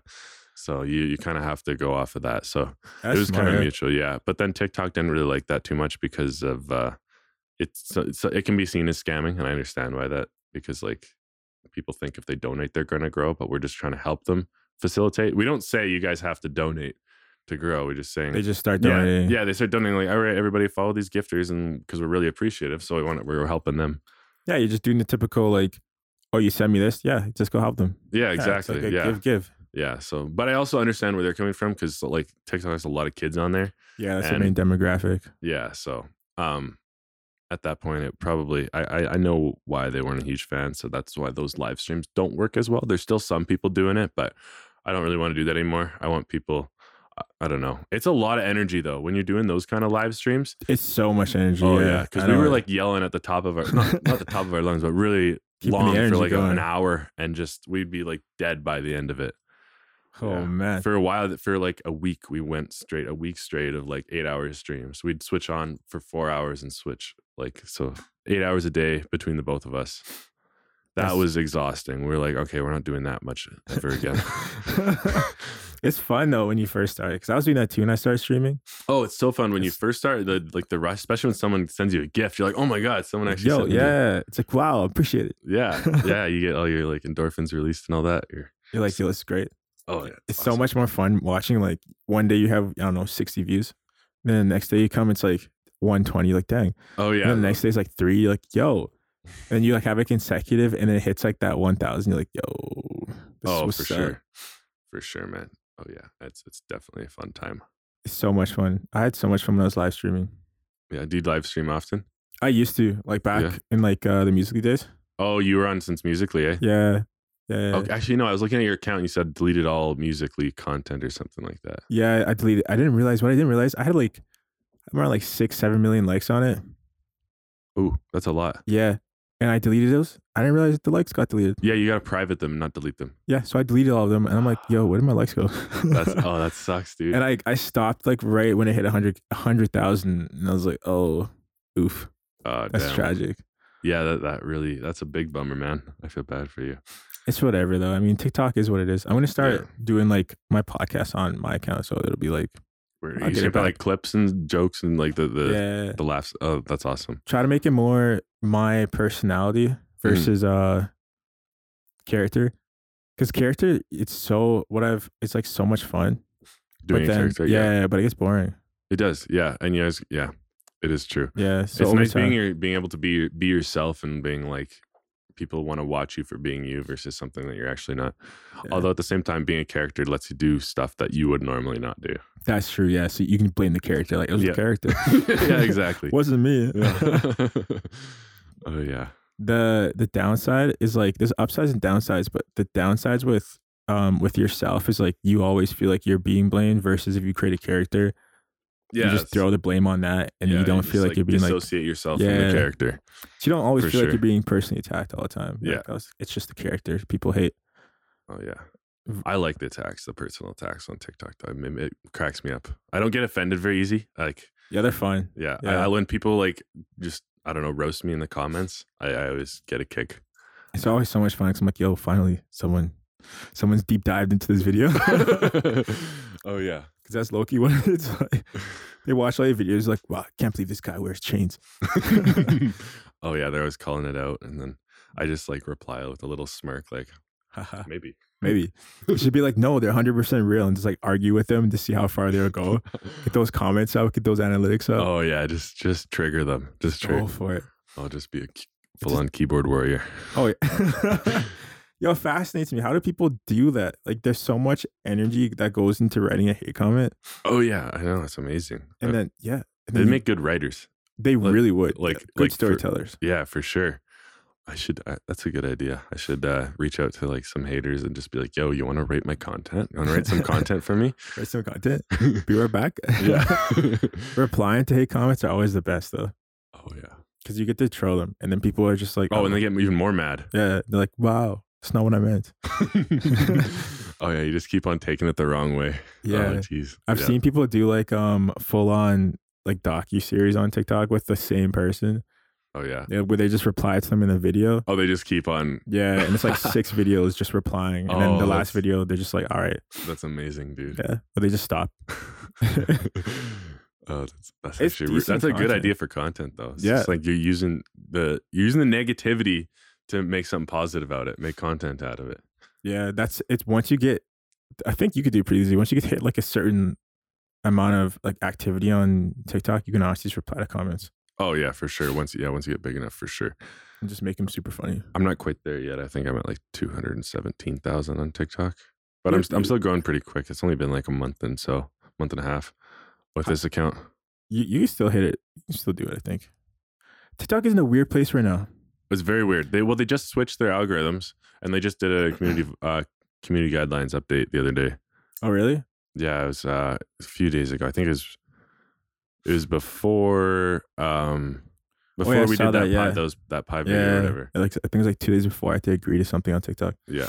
So you you kind of have to go off of that. So
That's
it was kind
smart.
of mutual, yeah. But then TikTok didn't really like that too much because of uh, it's, so- so it can be seen as scamming, and I understand why that because like people think if they donate they're going to grow, but we're just trying to help them facilitate. We don't say you guys have to donate to grow. We're just saying
They just start
yeah,
donating.
yeah. They start donating like all right, everybody follow these gifters, and because we're really appreciative, so we want we were helping them.
Yeah, you're just doing the typical like, oh, you send me this. Yeah, just go help them.
Yeah,
it's
exactly.
like a
yeah,
Give, give.
yeah. So, but I also understand where they're coming from because like TikTok has a lot of kids on there.
Yeah, that's
And-
the main demographic.
yeah so um at that point it probably I, I i know why they weren't a huge fan so that's why those live streams don't work as well there's still some people doing it but i don't really want to do that anymore i want people I- I don't know. It's a lot of energy though when you're doing those kind of live streams.
It's so much energy.
Oh yeah, because
I
we
know
were
it.
like yelling at the top of our
*laughs*
not, *laughs* not the top of our lungs, but really
Keeping the
long for
energy
like a-
going.
an hour, and just we'd be like dead by the end of it.
oh
yeah.
man,
For a while, th- for like a week, we went straight a week straight of like eight hour streams. We'd switch on for four hours and switch like so eight hours a day between the both of us. That
That's-
was exhausting. We were like, okay, we're not doing that much ever again.
*laughs* it's fun though when you first started because I was doing that too when I started streaming.
*laughs* oh, it's so fun when you
It's-
first start the like the rush, especially when someone sends you a gift. You're like, oh my god, someone actually.
Yo,
sent me this."
yeah, it's like wow, appreciate it.
*laughs* yeah, yeah. You get all your like endorphins released and all that. You're,
You're like, yo, it's great.
oh, yeah,
It's so
awesome.
much more fun watching. Like one day you have I don't know 60 views, then the next day you come, it's like 120. You're like dang.
Oh yeah.
And then the next day it's like three. You're like yo, and you like have a consecutive, and it hits like that 1,000. You're like yo. this
oh,
was
for
sick.
sure, for sure, man. Oh yeah, it's it's definitely a fun time.
It's so much fun. I had so much fun when I was live streaming.
Yeah, do you live stream often?
I used to like back
Yeah.
in like uh, the musically days.
Oh, you were on since Musically, eh?
Yeah, yeah,
Okay, actually, no, I was looking at your account and you said deleted all Musically content or something like that.
yeah. I deleted. I didn't realize what I didn't realize. I had like around like six, seven million likes on it.
Ooh, that's a lot.
Yeah, and I deleted those. I didn't realize the likes got deleted.
Yeah, you got to private them, not delete them.
Yeah, so I deleted all of them, and I'm like, yo, where did my likes go? *laughs*
That's Oh, that sucks, dude.
and I I stopped like right when it hit 100 100,000, and I was like, oh, oof,
oh,
that's
damn.
tragic.
Yeah, that, that really, that's a big bummer, man. I feel bad for you.
It's whatever though. I mean, TikTok is what it is. I'm gonna start
Yeah.
doing like my podcast on my account, so it'll be like,
Where
I'll
you
get
should
it
put,
back.
like clips and jokes and like the, the,
yeah.
the laughs. Oh, that's awesome.
try to make it more my personality
Mm-hmm.
versus uh character because character it's so what i've it's like so much fun
Doing
but
a
then
character.
yeah, but it gets boring
It does. Yeah. And you guys, yeah, it is true.
yeah so
it's
over
nice being
time-
your, being able to be be yourself and being like people want to watch you for being you versus something that you're actually not.
Yeah.
Although at the same time, being a character lets you do stuff that you would normally
*laughs*
not do.
that's true yeah so you can blame the character like it was
Yeah.
the character
*laughs*
*laughs*
yeah, exactly.
wasn't me
*laughs* oh yeah,
*laughs* the the downside is like there's upsides and downsides but the downsides with um with yourself is like you always feel like you're being blamed versus if you create a character
yeah.
you just throw the blame on that and you don't feel like, you're being like
associate yourself from the
Yeah.
character.
So you don't always
For
feel like
sure.
you're being personally attacked all the time.
Yeah.
Like, that was- it's just the character people hate.
Oh yeah. I like the attacks, the personal attacks on TikTok. Though. I mean, it cracks me up. I don't get offended very easy. Like
Yeah, they're fun.
Yeah.
Yeah.
I, I, when people like just I don't know roast me in the comments, I, I always get
*laughs*
a kick. *laughs*
It's always so much fun. i I'm like, yo, finally, someone, someone's deep dived into this
*laughs*
video.
oh yeah.
Because that's Loki. One, it's *laughs* like
*laughs*
they watch all your videos, like, wow, I can't believe this guy wears
*laughs*
chains.
oh yeah, they're always calling it out, and then I just like reply with a little smirk, like
Haha.
maybe.
*laughs* Maybe it should be like, no, they're hundred percent real, and just like argue with them to see how far they'll
*laughs*
go. Get those comments out, get those analytics out.
Oh yeah, just just trigger them. Just trigger.
Go for it.
I'll just be a full on keyboard warrior.
Oh yeah. *laughs* Yo, it fascinates me. How do people do that? Like, there's so much energy that goes into writing a hate comment,
Oh yeah, I know that's amazing.
and
Uh,
then yeah, and
they
then
make good writers.
they
like-
really would
like-
good
like for-
storytellers.
Yeah, for sure. I should. I, that's a good idea. I should uh, reach out to like some haters and just be like, "Yo, you want to rate my content? You want to
*laughs*
write some content for me?"
Write some content. Be right back.
yeah.
*laughs* Replying to hate comments are always the best though,
oh yeah.
because you get to troll them, and then people are just like,
Oh, and they get even more mad.
yeah, they're like, wow, that's not what I
*laughs*
meant.
oh yeah, you just keep on taking it the wrong way.
Yeah,
Oh, jeez.
I've
Yeah.
seen people do like um full on like docu series on TikTok with the same person
Oh yeah.
yeah, where they just reply to them in the video.
Oh, they just keep on. *laughs*
Yeah, and it's like six videos just replying, and then
Oh,
the last
that's-
video they're just like, all right,
That's
*laughs*
amazing, dude.
yeah, but they just stop.
oh, that's that's
It's
actually re-
decent
that's a good
content.
idea for content though. It's
Yeah.
just like you're using the you're using the negativity to make something positive out of it, make content out of it.
Yeah, that's it's once you get, I think you could do pretty easy once you get hit like a certain amount of like activity on TikTok, you can honestly just reply to comments
Oh yeah, for sure. Once yeah, once you get big enough, for sure.
and just make them super funny.
I'm not quite there yet. I think I'm at like two hundred and seventeen thousand on TikTok, but I'm
You're-
I'm still growing pretty quick. It's only been like a month and so month and a half with this account.
You you can still hit it, you can still do it. I think TikTok is in a weird place right now.
It's very weird. They well, they just switched their algorithms and they just did a community uh, community guidelines update the other day.
Oh really?
Yeah, it was uh, a few days ago. I think it was it was before um before
Oh, yeah, I
we
saw
did that,
that, yeah.
pie those that pie video or whatever.
Like I think it was like two days before I had to agree to something on TikTok.
Yeah.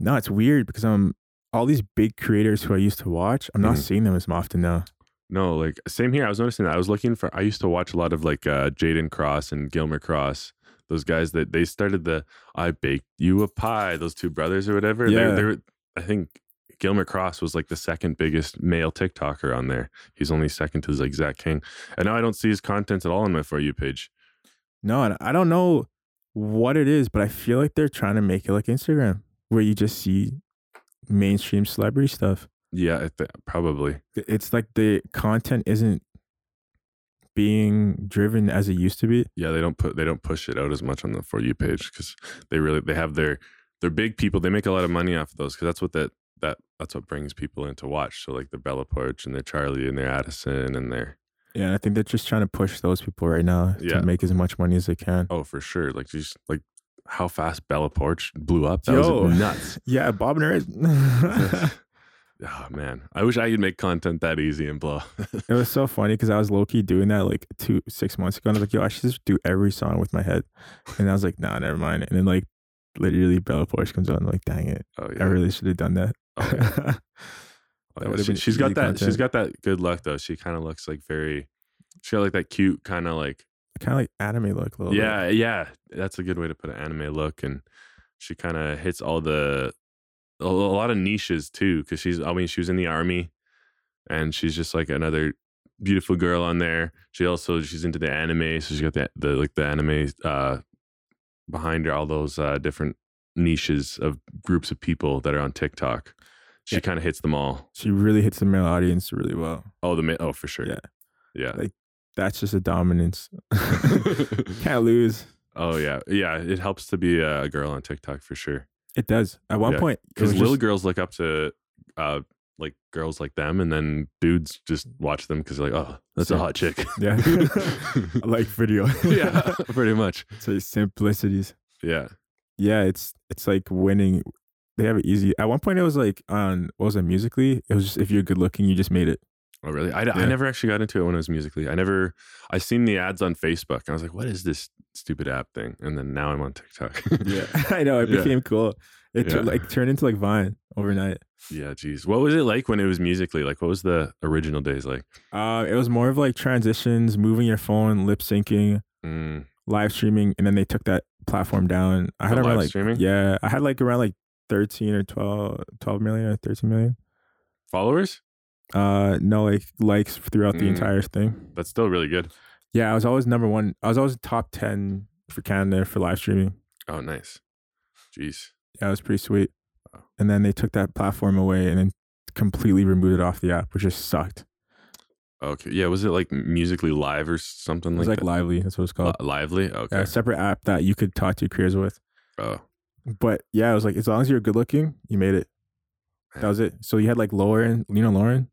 No, it's weird because I'm all these big creators who I used to watch. I'm not
Mhm.
seeing them as often now.
No, like same here. I was noticing that. I was looking for I used to watch a lot of like uh Jaden Cross and Gilmer Cross. Those guys that they started the I baked you a pie, those two brothers or whatever.
Yeah.
They, they were I think Gilmer Cross was like the second biggest male TikToker on there. He's only second to like Zach King. And now I don't see his content at all on my for you page.
No, and I don't know what it is, but I feel like they're trying to make it like Instagram, where you just see mainstream celebrity stuff.
Yeah, I th- probably.
It's like the content isn't being driven as it used to be.
yeah they don't put they don't push it out as much on the for you page because they really they have their they're big people they make a lot of money off of those because that's what that that that's what brings people in to watch so like their bella porch and their charlie and their addison and their
Yeah, and I think they're just trying to push those people right now
Yeah.
to make as much money as they can.
oh for sure like just like how fast bella porch blew up that
Yo. *laughs*
was nuts
*laughs* Yeah, Bob and Eric.
oh man i wish i could make content that easy and blow
*laughs*
*laughs*
It was so funny because I was low key doing that like two six months ago, and I was like, "Yo, I should just do every song with my head," and I was like, "Nah, never mind." And then like literally, Bella Porsche comes out, and I'm like, "Dang it,
oh
I really should have done that." *laughs*
Oh, yeah. Oh,
That
yeah,
would've
she,
been
she's got
easy
that she's
content.
got that good luck though she kind of looks like very she got like that cute kind of like
kind of like anime look a little. bit.
yeah yeah that's a good way to put an anime look and she kind of hits all the a, a lot of niches too because she's i mean she was in the army and she's just like another beautiful girl on there she also she's into the anime so she got the, the like the anime uh behind her all those uh different niches of groups of people that are on tiktok she
Yeah.
kind of hits them all
she really hits the male audience really well.
oh the ma- oh for sure
Yeah.
yeah
*laughs*
*laughs*
That's just a dominance. Can't lose.
oh yeah yeah it helps to be a girl on tiktok for sure
It does. At one
Yeah,
point, it
because
was
little
just-
girls look up to uh like girls like them and then dudes just watch them because they're like oh that's a
Sure.
hot chick
*laughs*
*laughs*
yeah, I like video. *laughs*
yeah pretty much
so simplicities.
yeah
yeah, it's it's like winning. They have it easy. At one point, it was like on what was it musically? It was just if you're good looking, you just made it.
oh really I, I
Yeah.
never actually got into it when it was musically i never i seen the ads on facebook and i was like what is this stupid app thing and then now i'm on tiktok
*laughs* I know it
Yeah.
became cool. It tur-
Yeah.
like turned into like Vine. overnight.
*laughs* Yeah, geez. What was it like when it was musically? Like, what was the original days like?
Uh, it was more of like transitions, moving your phone, lip syncing,
Mm,
live streaming, and then they took that platform down. I had
The
around
live
like
streaming?
yeah, I had like around like thirteen or 12, 12 million or thirteen million.
followers?
Uh, no like likes throughout the
Mm.
entire thing.
That's still really good.
Yeah, I was always number one. I was always top ten for Canada for live streaming.
Oh, nice. Jeez.
Yeah, it was pretty sweet.
Wow.
And then they took that platform away and then completely removed it off the app, which just sucked.
Okay. Yeah. Was it like musically live or something
It was
like,
like
that?
Lively, that's what it's
Li-
called.
lively? Okay.
Yeah, a separate app that you could talk to your creators with.
Oh,
But yeah, it was like as long as you're good looking, you made it. That was it. So you had like Lauren, you know Lauren,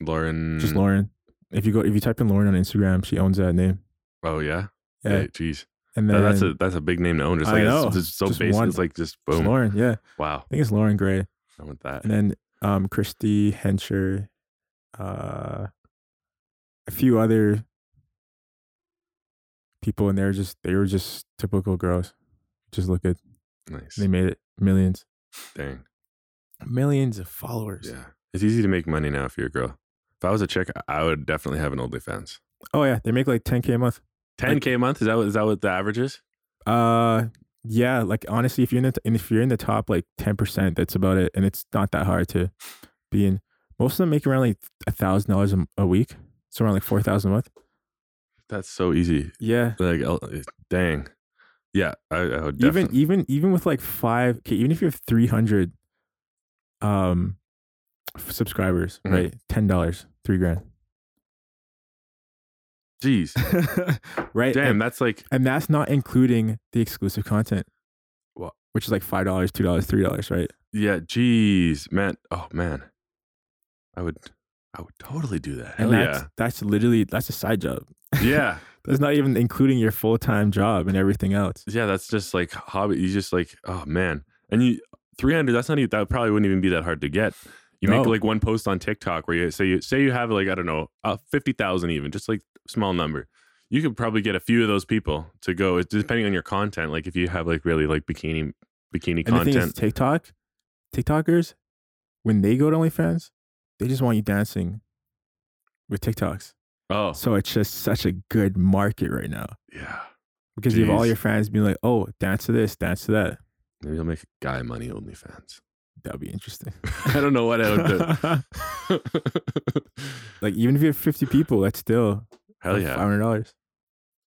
Lauren.
just Lauren. If you go, if you type in Lauren on Instagram, she owns that name.
Oh yeah.
Yeah,
Hey, Jeez.
and
That-
then
that's a that's a big name to own. Just
I
like
know.
It's, just so
Just
basic.
one.
It's like just
it's
boom.
Lauren. Yeah, I
Wow.
think it's Lauren Gray.
I want that.
And then um, Christy Hensher, uh, a few other people, and they were just they were just typical girls. Just look good.
Nice.
They made it millions,
Dang.
millions of followers.
Yeah. It's easy to make money now if you're a girl. If I was a chick, I would definitely have an OnlyFans.
Oh yeah, they make like 10k a month.
10k a month is that what, is that what the average is?
Uh, yeah. Like honestly, if you're in the t- and if you're in the top like ten percent, that's about it. And it's not that hard to be in. Most of them make around like a thousand dollars a week, so around like four thousand a month.
That's so easy.
Yeah.
Like, I'll- dang. Yeah, I, I would
Even
definitely.
even even with like five, okay, even if you have three hundred, um, f- subscribers,
Mhm.
right? Ten dollars, three
*laughs*
grand, *laughs*
Jeez,
right?
damn,
And,
that's like
and that's not including the exclusive content,
Wha-
which is like five dollars, two dollars, three dollars, right?
Yeah, jeez, man. Oh man, I would, I would totally do that.
And
Hell
that's that's literally that's a side job.
yeah, yeah,
That's not even including your full time job and everything else.
yeah. That's just like hobby. You just like, oh man, and you three hundred. That's not even. That probably wouldn't even be that hard to get. You make
No.
like one post on TikTok where you say you say you have like I don't know uh, fifty thousand even just like small number. You could probably get a few of those people to go. It's depending on your content. Like if you have like really like bikini bikini
And the thing is,
content.
TikTok, TikTokers, when they go to OnlyFans, they just want you dancing with TikToks.
Oh
So it's just such a good market right now
yeah,
because you have all
Jeez.
your fans being like, "Oh, dance to this, dance to that."
maybe I'll make guy money OnlyFans. *laughs*
That'd be interesting.
I don't know what I would do.
*laughs* like even if you have fifty people, that's still
Hell
five
yeah.
hundred dollars,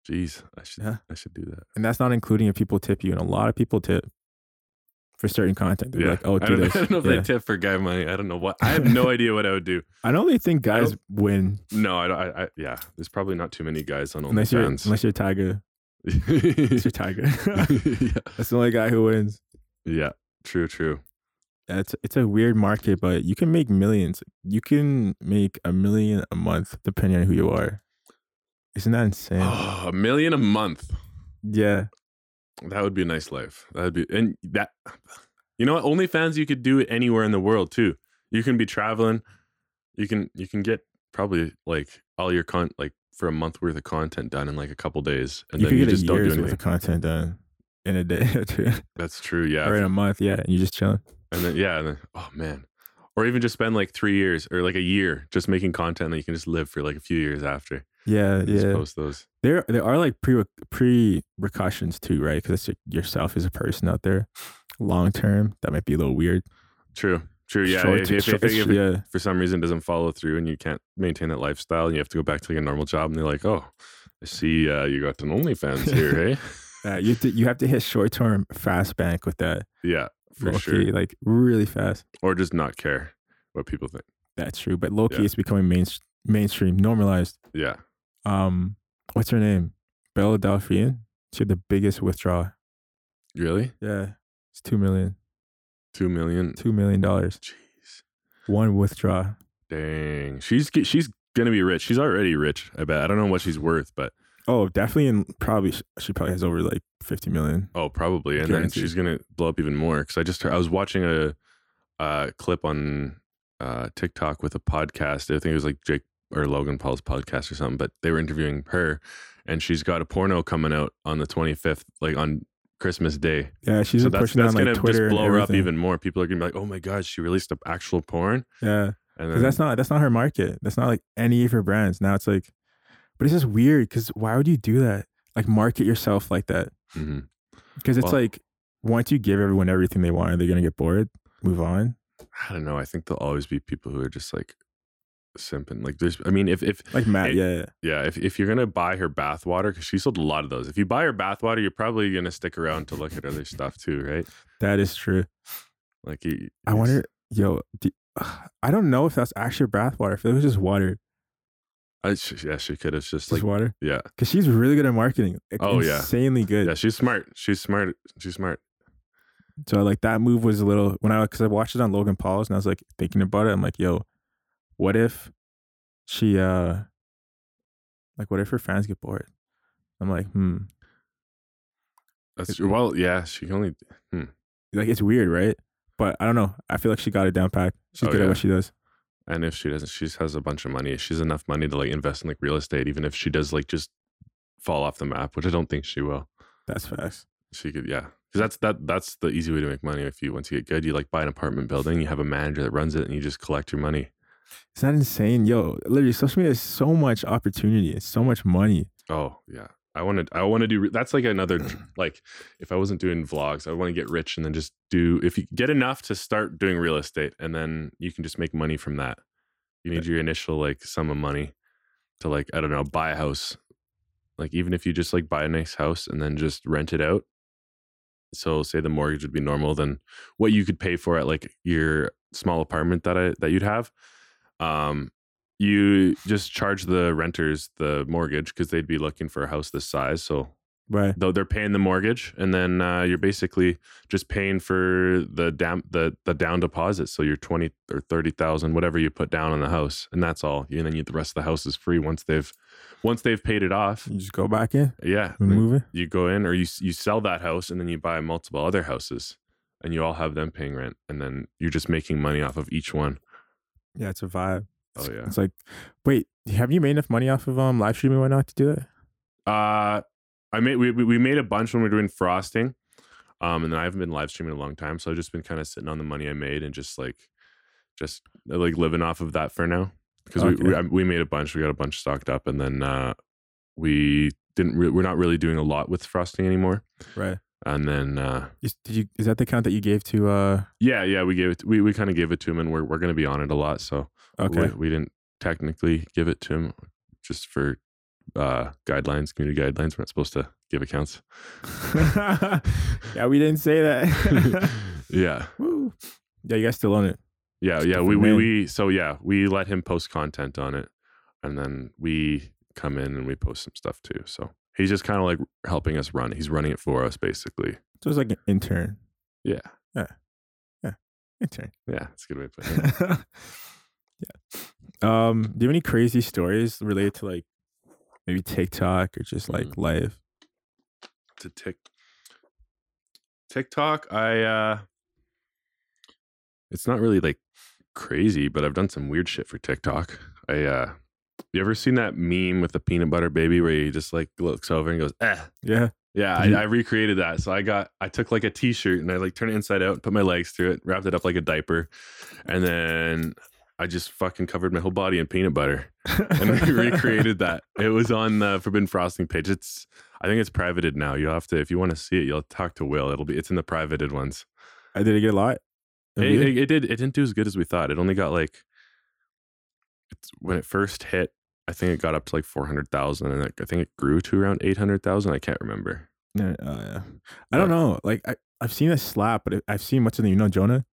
Jeez, I should
Yeah.
I should do that.
and that's not including if people tip you. And a lot of people tip for certain content. They're
yeah.
like, "Oh,
I
do
don't, *laughs*
this."
I don't know if
Yeah.
they tip for guy money. I don't know what. I have no idea what I would do.
I don't really think
I
guys win
No, I, don't- I, I yeah. There's probably not too many guys on
unless you're
OnlyFans.
unless you're Tiger. Unless you're
*laughs*
Tiger. *laughs*
yeah.
That's the only guy who wins.
yeah. True. True.
That's it's a weird market, but you can make millions. You can make a million a month depending on who you are. Isn't that insane?
*gasps* Oh, a million a month.
yeah.
That would be a nice life. That would be and that. You know what? OnlyFans you could do it anywhere in the world too. You can be traveling. You can you can get probably like all your con like for a month worth of content done in like a couple days, and
you
then
could
you
get a
just don't do
year's
anything.
worth of content done in a day *laughs* or two.
That's true. Yeah.
Or in a month, yeah. And you're just chilling.
And then yeah, and then, oh man. Or even just spend like three years or like a year just making content that you can just live for like a few years after.
Yeah,
And Just
yeah.
post those.
There there are like pre pre precautions too, right? Because yourself as a person out there. Long term, that might be a little weird.
True. True. Yeah.
Short-
if, if,
short-
if- if it
yeah.
for some reason doesn't follow through and you can't maintain that lifestyle and you have to go back to like a normal job and they're like, oh, I see uh, you got an OnlyFans here, hey?
Uh, you have to, you have to hit short term fast bank with that.
Yeah, for
low
sure.
key, like really fast.
Or just not care what people think.
That's true. But low key,
Yeah.
it's becoming main, mainstream, normalized.
Yeah.
Um, what's her name? Bella Delphine. She had the biggest withdrawal.
Really?
Yeah, it's two million,
Two million?
two million dollars.
Jeez.
One withdrawal.
Dang. She's she's going to be rich. She's already rich, I bet. I don't know what she's worth, but
Oh, definitely, and probably she probably has over like fifty million.
Oh, probably, and
Guaranteed.
then she's gonna blow up even more. Because I just I was watching a, uh clip on uh, TikTok with a podcast. I think it was like Jake or Logan Paul's podcast or something. But they were interviewing her, and she's got a porno coming out on the 25th, like on Christmas Day.
Yeah, she's
so
been
that's,
pushing
that's
on
gonna
like Twitter
just blow
and
her up
everything.
even more. People are gonna be like, "Oh my god, she released an actual porn,"
Yeah,
and
because
then
that's not that's not her market. That's not like any of her brands. Now it's like, but it's just weird because why would you do that? Like market yourself like that
Mhm.
because it's
Well-
like once you give everyone everything they want, they're gonna get bored, move on.
I don't know. I think there'll always be people who are just like simping. Like there's, I mean, if if
Like Matt,
It-
yeah, yeah,
yeah, if if you're gonna buy her bathwater, because she sold a lot of those. If you buy her bathwater, you're probably gonna stick around to look at other stuff too, right?
that is true.
Like you,
I
it's-
wonder, yo, do, *sighs* I don't know if that's actually bathwater. If it was just water,
I, sh- yeah, she could have just
just
like,
water,
yeah,
because she's really good at marketing. Like,
Oh, yeah.
insanely good.
yeah. She's smart. She's smart. She's smart.
So like that move was a little when I because I watched it on Logan Paul's and I was like thinking about it. I'm like, yo, what if she uh like what if her fans get bored? I'm like, hmm.
That's true. Well, yeah. She can only.
Like it's weird, right? But I don't know. I feel like she got it down pat. She's
Oh,
good
yeah.
at what she does.
And if she doesn't, she just has a bunch of money. She's enough money to like invest in like real estate, even if she does like just fall off the map, which I don't think she will.
That's facts.
She could, yeah, because that's that that's the easy way to make money. If you once you get good, you like buy an apartment building, you have a manager that runs it, and you just collect your money.
Is that insane? Yo, literally social media is so much opportunity. It's so much money.
Oh yeah, I want to. I want to do. That's like another like. If I wasn't doing vlogs, I want to get rich and then just do. If you get enough to start doing real estate, and then you can just make money from that. You need your initial like sum of money to like I don't know buy a house. Like even if you just like buy a nice house and then just rent it out. So say the mortgage would be normal, then what you could pay for at like your small apartment that I that you'd have. Um, you just charge the renters the mortgage because they'd be looking for a house this size. So
Right.
though they're paying the mortgage, and then uh, you're basically just paying for the down the the down deposit. So you're twenty or thirty thousand, whatever you put down on the house, and that's all. And then you, the rest of the house is free once they've once they've paid it off.
You just go back in,
Yeah,
we move it.
you go in or you s- you sell that house and then you buy multiple other houses, and you all have them paying rent, and then you're just making money off of each one.
Yeah, it's a vibe.
Oh,
It's-
yeah.
It's like, wait, have you made enough money off of um live streaming and whatnot to do it?
Uh, I made we we we made a bunch when we were doing frosting, um, and then I haven't been live streaming in a long time, so I've just been kind of sitting on the money I made and just like, just uh, like living off of that for now because we we,
Okay.
I- we made a bunch, we got a bunch stocked up, and then uh, we didn't re- we're not really doing a lot with frosting anymore,
Right.
and then uh,
Is, did you is that the count that you gave to uh
yeah yeah we gave it we we kind of gave it to him, and we're we're gonna be on it a lot, so
okay.
we, we didn't technically give it to him just for uh guidelines community guidelines we're not supposed to
*laughs*
give accounts
yeah, we didn't say that. *laughs*
yeah
Woo. Yeah, you guys still own it.
yeah yeah
Stuff
we,
in
we
May.
we so yeah we let him post content on it and then we come in and we post some stuff too so he's just kind of like helping us run it. he's running it for us basically
So it's like an intern.
yeah *laughs*
Intern.
yeah it's a good way to put it
yeah. Um, do you have any crazy stories related to like maybe TikTok or just like
Mm.
life?
to tick TikTok. I uh it's not really like crazy, but I've done some weird shit for TikTok. I uh you ever seen that meme with the peanut butter baby where he just like looks over and goes, eh.
Yeah.
Yeah,
Did you-
I, I recreated that. So I got I took like a t-shirt and I like turned it inside out, put my legs through it, wrapped it up like a diaper, and then I just fucking covered my whole body in peanut butter *laughs* *laughs* and we recreated that. It was on the Forbidden Frosting page. It's I think it's privated now. You'll have to if you want to see it, you'll talk to Will. It'll be it's in the privated ones.
*laughs* I did it get a lot.
It,
Of you?
it- it did it didn't do as good as we thought. It only got like it's, when it first hit, I think it got up to like four hundred thousand, and like, I think it grew to around eight hundred thousand. I can't remember.
No, oh, yeah. I don't know. Like I, I've seen a slap, but I've seen what's in the you know Jonah,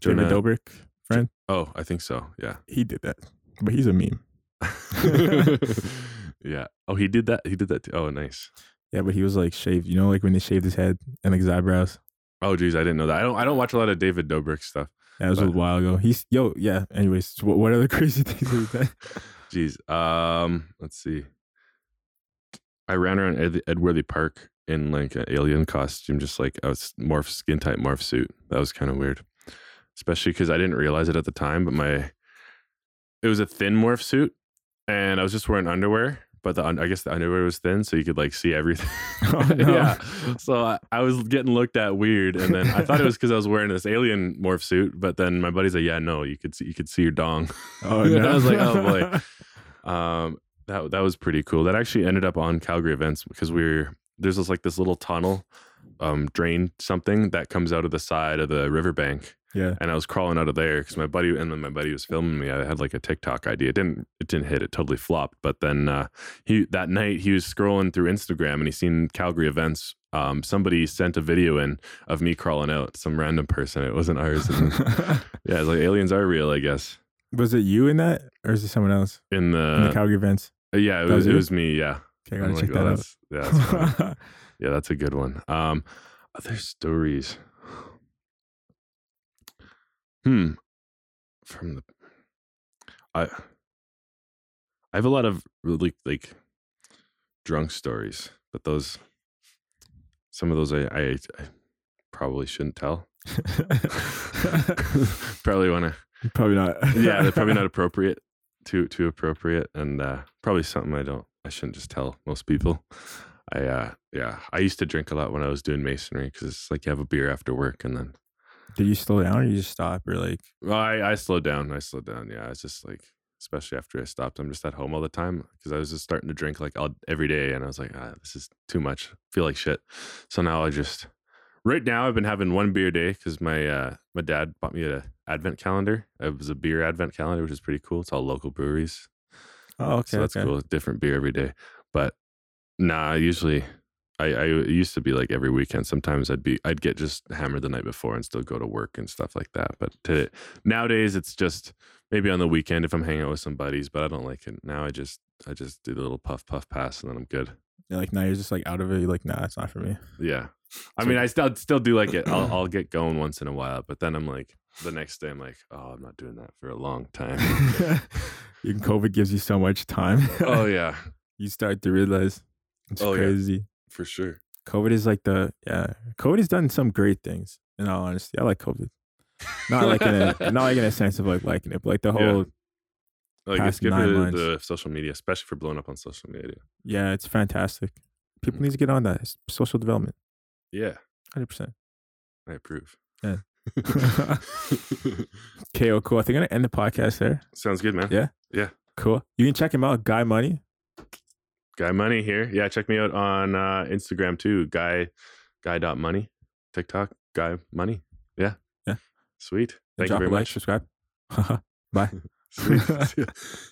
Jonah
Jonah-
Dobrik friend.
Oh, I think so. Yeah,
He did that, but he's a meme.
*laughs* yeah. Oh, he did that. He did that. Too. Oh, nice.
Yeah, but he was like shaved. You know, like when they shaved his head and like his eyebrows.
Oh, geez, I didn't know that. I don't. I don't watch a lot of David Dobrik stuff.
That was a
But-
while ago. He's yo, yeah. Anyways, what, what other *laughs* crazy things have
*laughs*
you done?
Jeez. Um, let's see. I ran around Ed- Edworthy Park in like an alien costume, just like a s- morph skin tight morph suit. That was kind of weird, especially because I didn't realize it at the time. But my, it was a thin morph suit, and I was just wearing underwear. but the un- I guess the underwear was thin, so you could like see everything. *laughs*
Oh, no.
yeah. So I, I was getting looked at weird, and then I thought it was because I was wearing this alien morph suit. But then my buddy's like, "Yeah, no, you could see, you could see your dong."
Oh
And
no!
I was like, "Oh boy." Um, that that was pretty cool. That actually ended up on Calgary events because we are there's this like this little tunnel, um, drain something that comes out of the side of the riverbank,
*laughs* yeah. *laughs*
and I was crawling out of there because my buddy and then my buddy was filming me. I had like a TikTok idea. It didn't it didn't hit. It totally flopped. But then uh, he that night he was scrolling through Instagram and he seen Calgary events. Um, somebody sent a video in of me crawling out. Some random person. It wasn't
*laughs*
ours. And, yeah, it's like aliens are real. I guess
was it you in that, or is it someone else
in
in the
the,
Calgary events?
yeah it
that was
was, it
you?
was me. Yeah,
Okay, I
Uh,
gotta
I'm like,
check
oh,
that out.
that's, yeah, that's funny.
*laughs*
Yeah, that's a good one. Um, other stories. Hmm. From the, I, I have a lot of really like drunk stories, but those, some of those I I, I probably
*laughs*
shouldn't tell. *laughs* probably want to.
probably not.
Yeah, they're probably not appropriate. Too too appropriate, and uh, probably something I don't I shouldn't just tell most people. I uh yeah, I used to drink a lot when I was doing masonry because it's like you have a beer after work and then
*laughs* Did you slow down or you just stop or like?
well, I I slowed down. I slowed down. Yeah, I was just like especially after I stopped, I'm just at home all the time because I was just starting to drink like all, every day, and I was like, ah, this is too much. feel like shit. So now I just right now I've been having one beer a day because my uh my dad bought me a advent calendar. It was a beer advent calendar, which is pretty cool. It's all local breweries.
Oh, okay.
so that's
okay.
cool. Different beer every day. But nah, usually I, I it used to be like every weekend. Sometimes I'd be I'd get just hammered the night before and still go to work and stuff like that. But to, nowadays it's just maybe on the weekend if I'm hanging out with some buddies. But I don't like it now. I just I just do the little puff puff pass and then I'm good.
Yeah, like now you're just like out of it. You're like, nah, it's not for
*laughs*
me. *laughs*
Yeah. I
So-
mean, I still still do like
*coughs*
it. I'll, I'll get going once in a while, but then I'm like the next day I'm like, oh, I'm not doing that for a long
*laughs*
time. *laughs*
Even COVID gives you so much time.
oh yeah,
*laughs* you start to realize it's
Oh, yeah.
crazy.
for sure.
COVID is like the yeah. COVID has done some great things. In all honesty, I like COVID. Not like in
*laughs*
a not like in a sense of like liking it, but like the
Yeah.
whole
Like
Past
it's good
nine
for
months.
Oh, the social media, especially for blowing up on social media.
yeah, it's fantastic. People
Mm.
need to get on that. It's social development,
Yeah,
hundred
*laughs*
percent.
I approve.
*laughs* Yeah. Okay, well, cool. I think I'm gonna end the podcast there.
*laughs* Sounds good, man.
Yeah. Cool. You can check him out, Guy Money.
Guy Money here. Yeah, check me out on uh, Instagram too. Guy Guy dot money. TikTok Guy Money. Yeah.
Yeah.
Sweet. Thank
Drop
you
*laughs*
very
a like,
much.
*laughs* Subscribe.
Sweet. *laughs*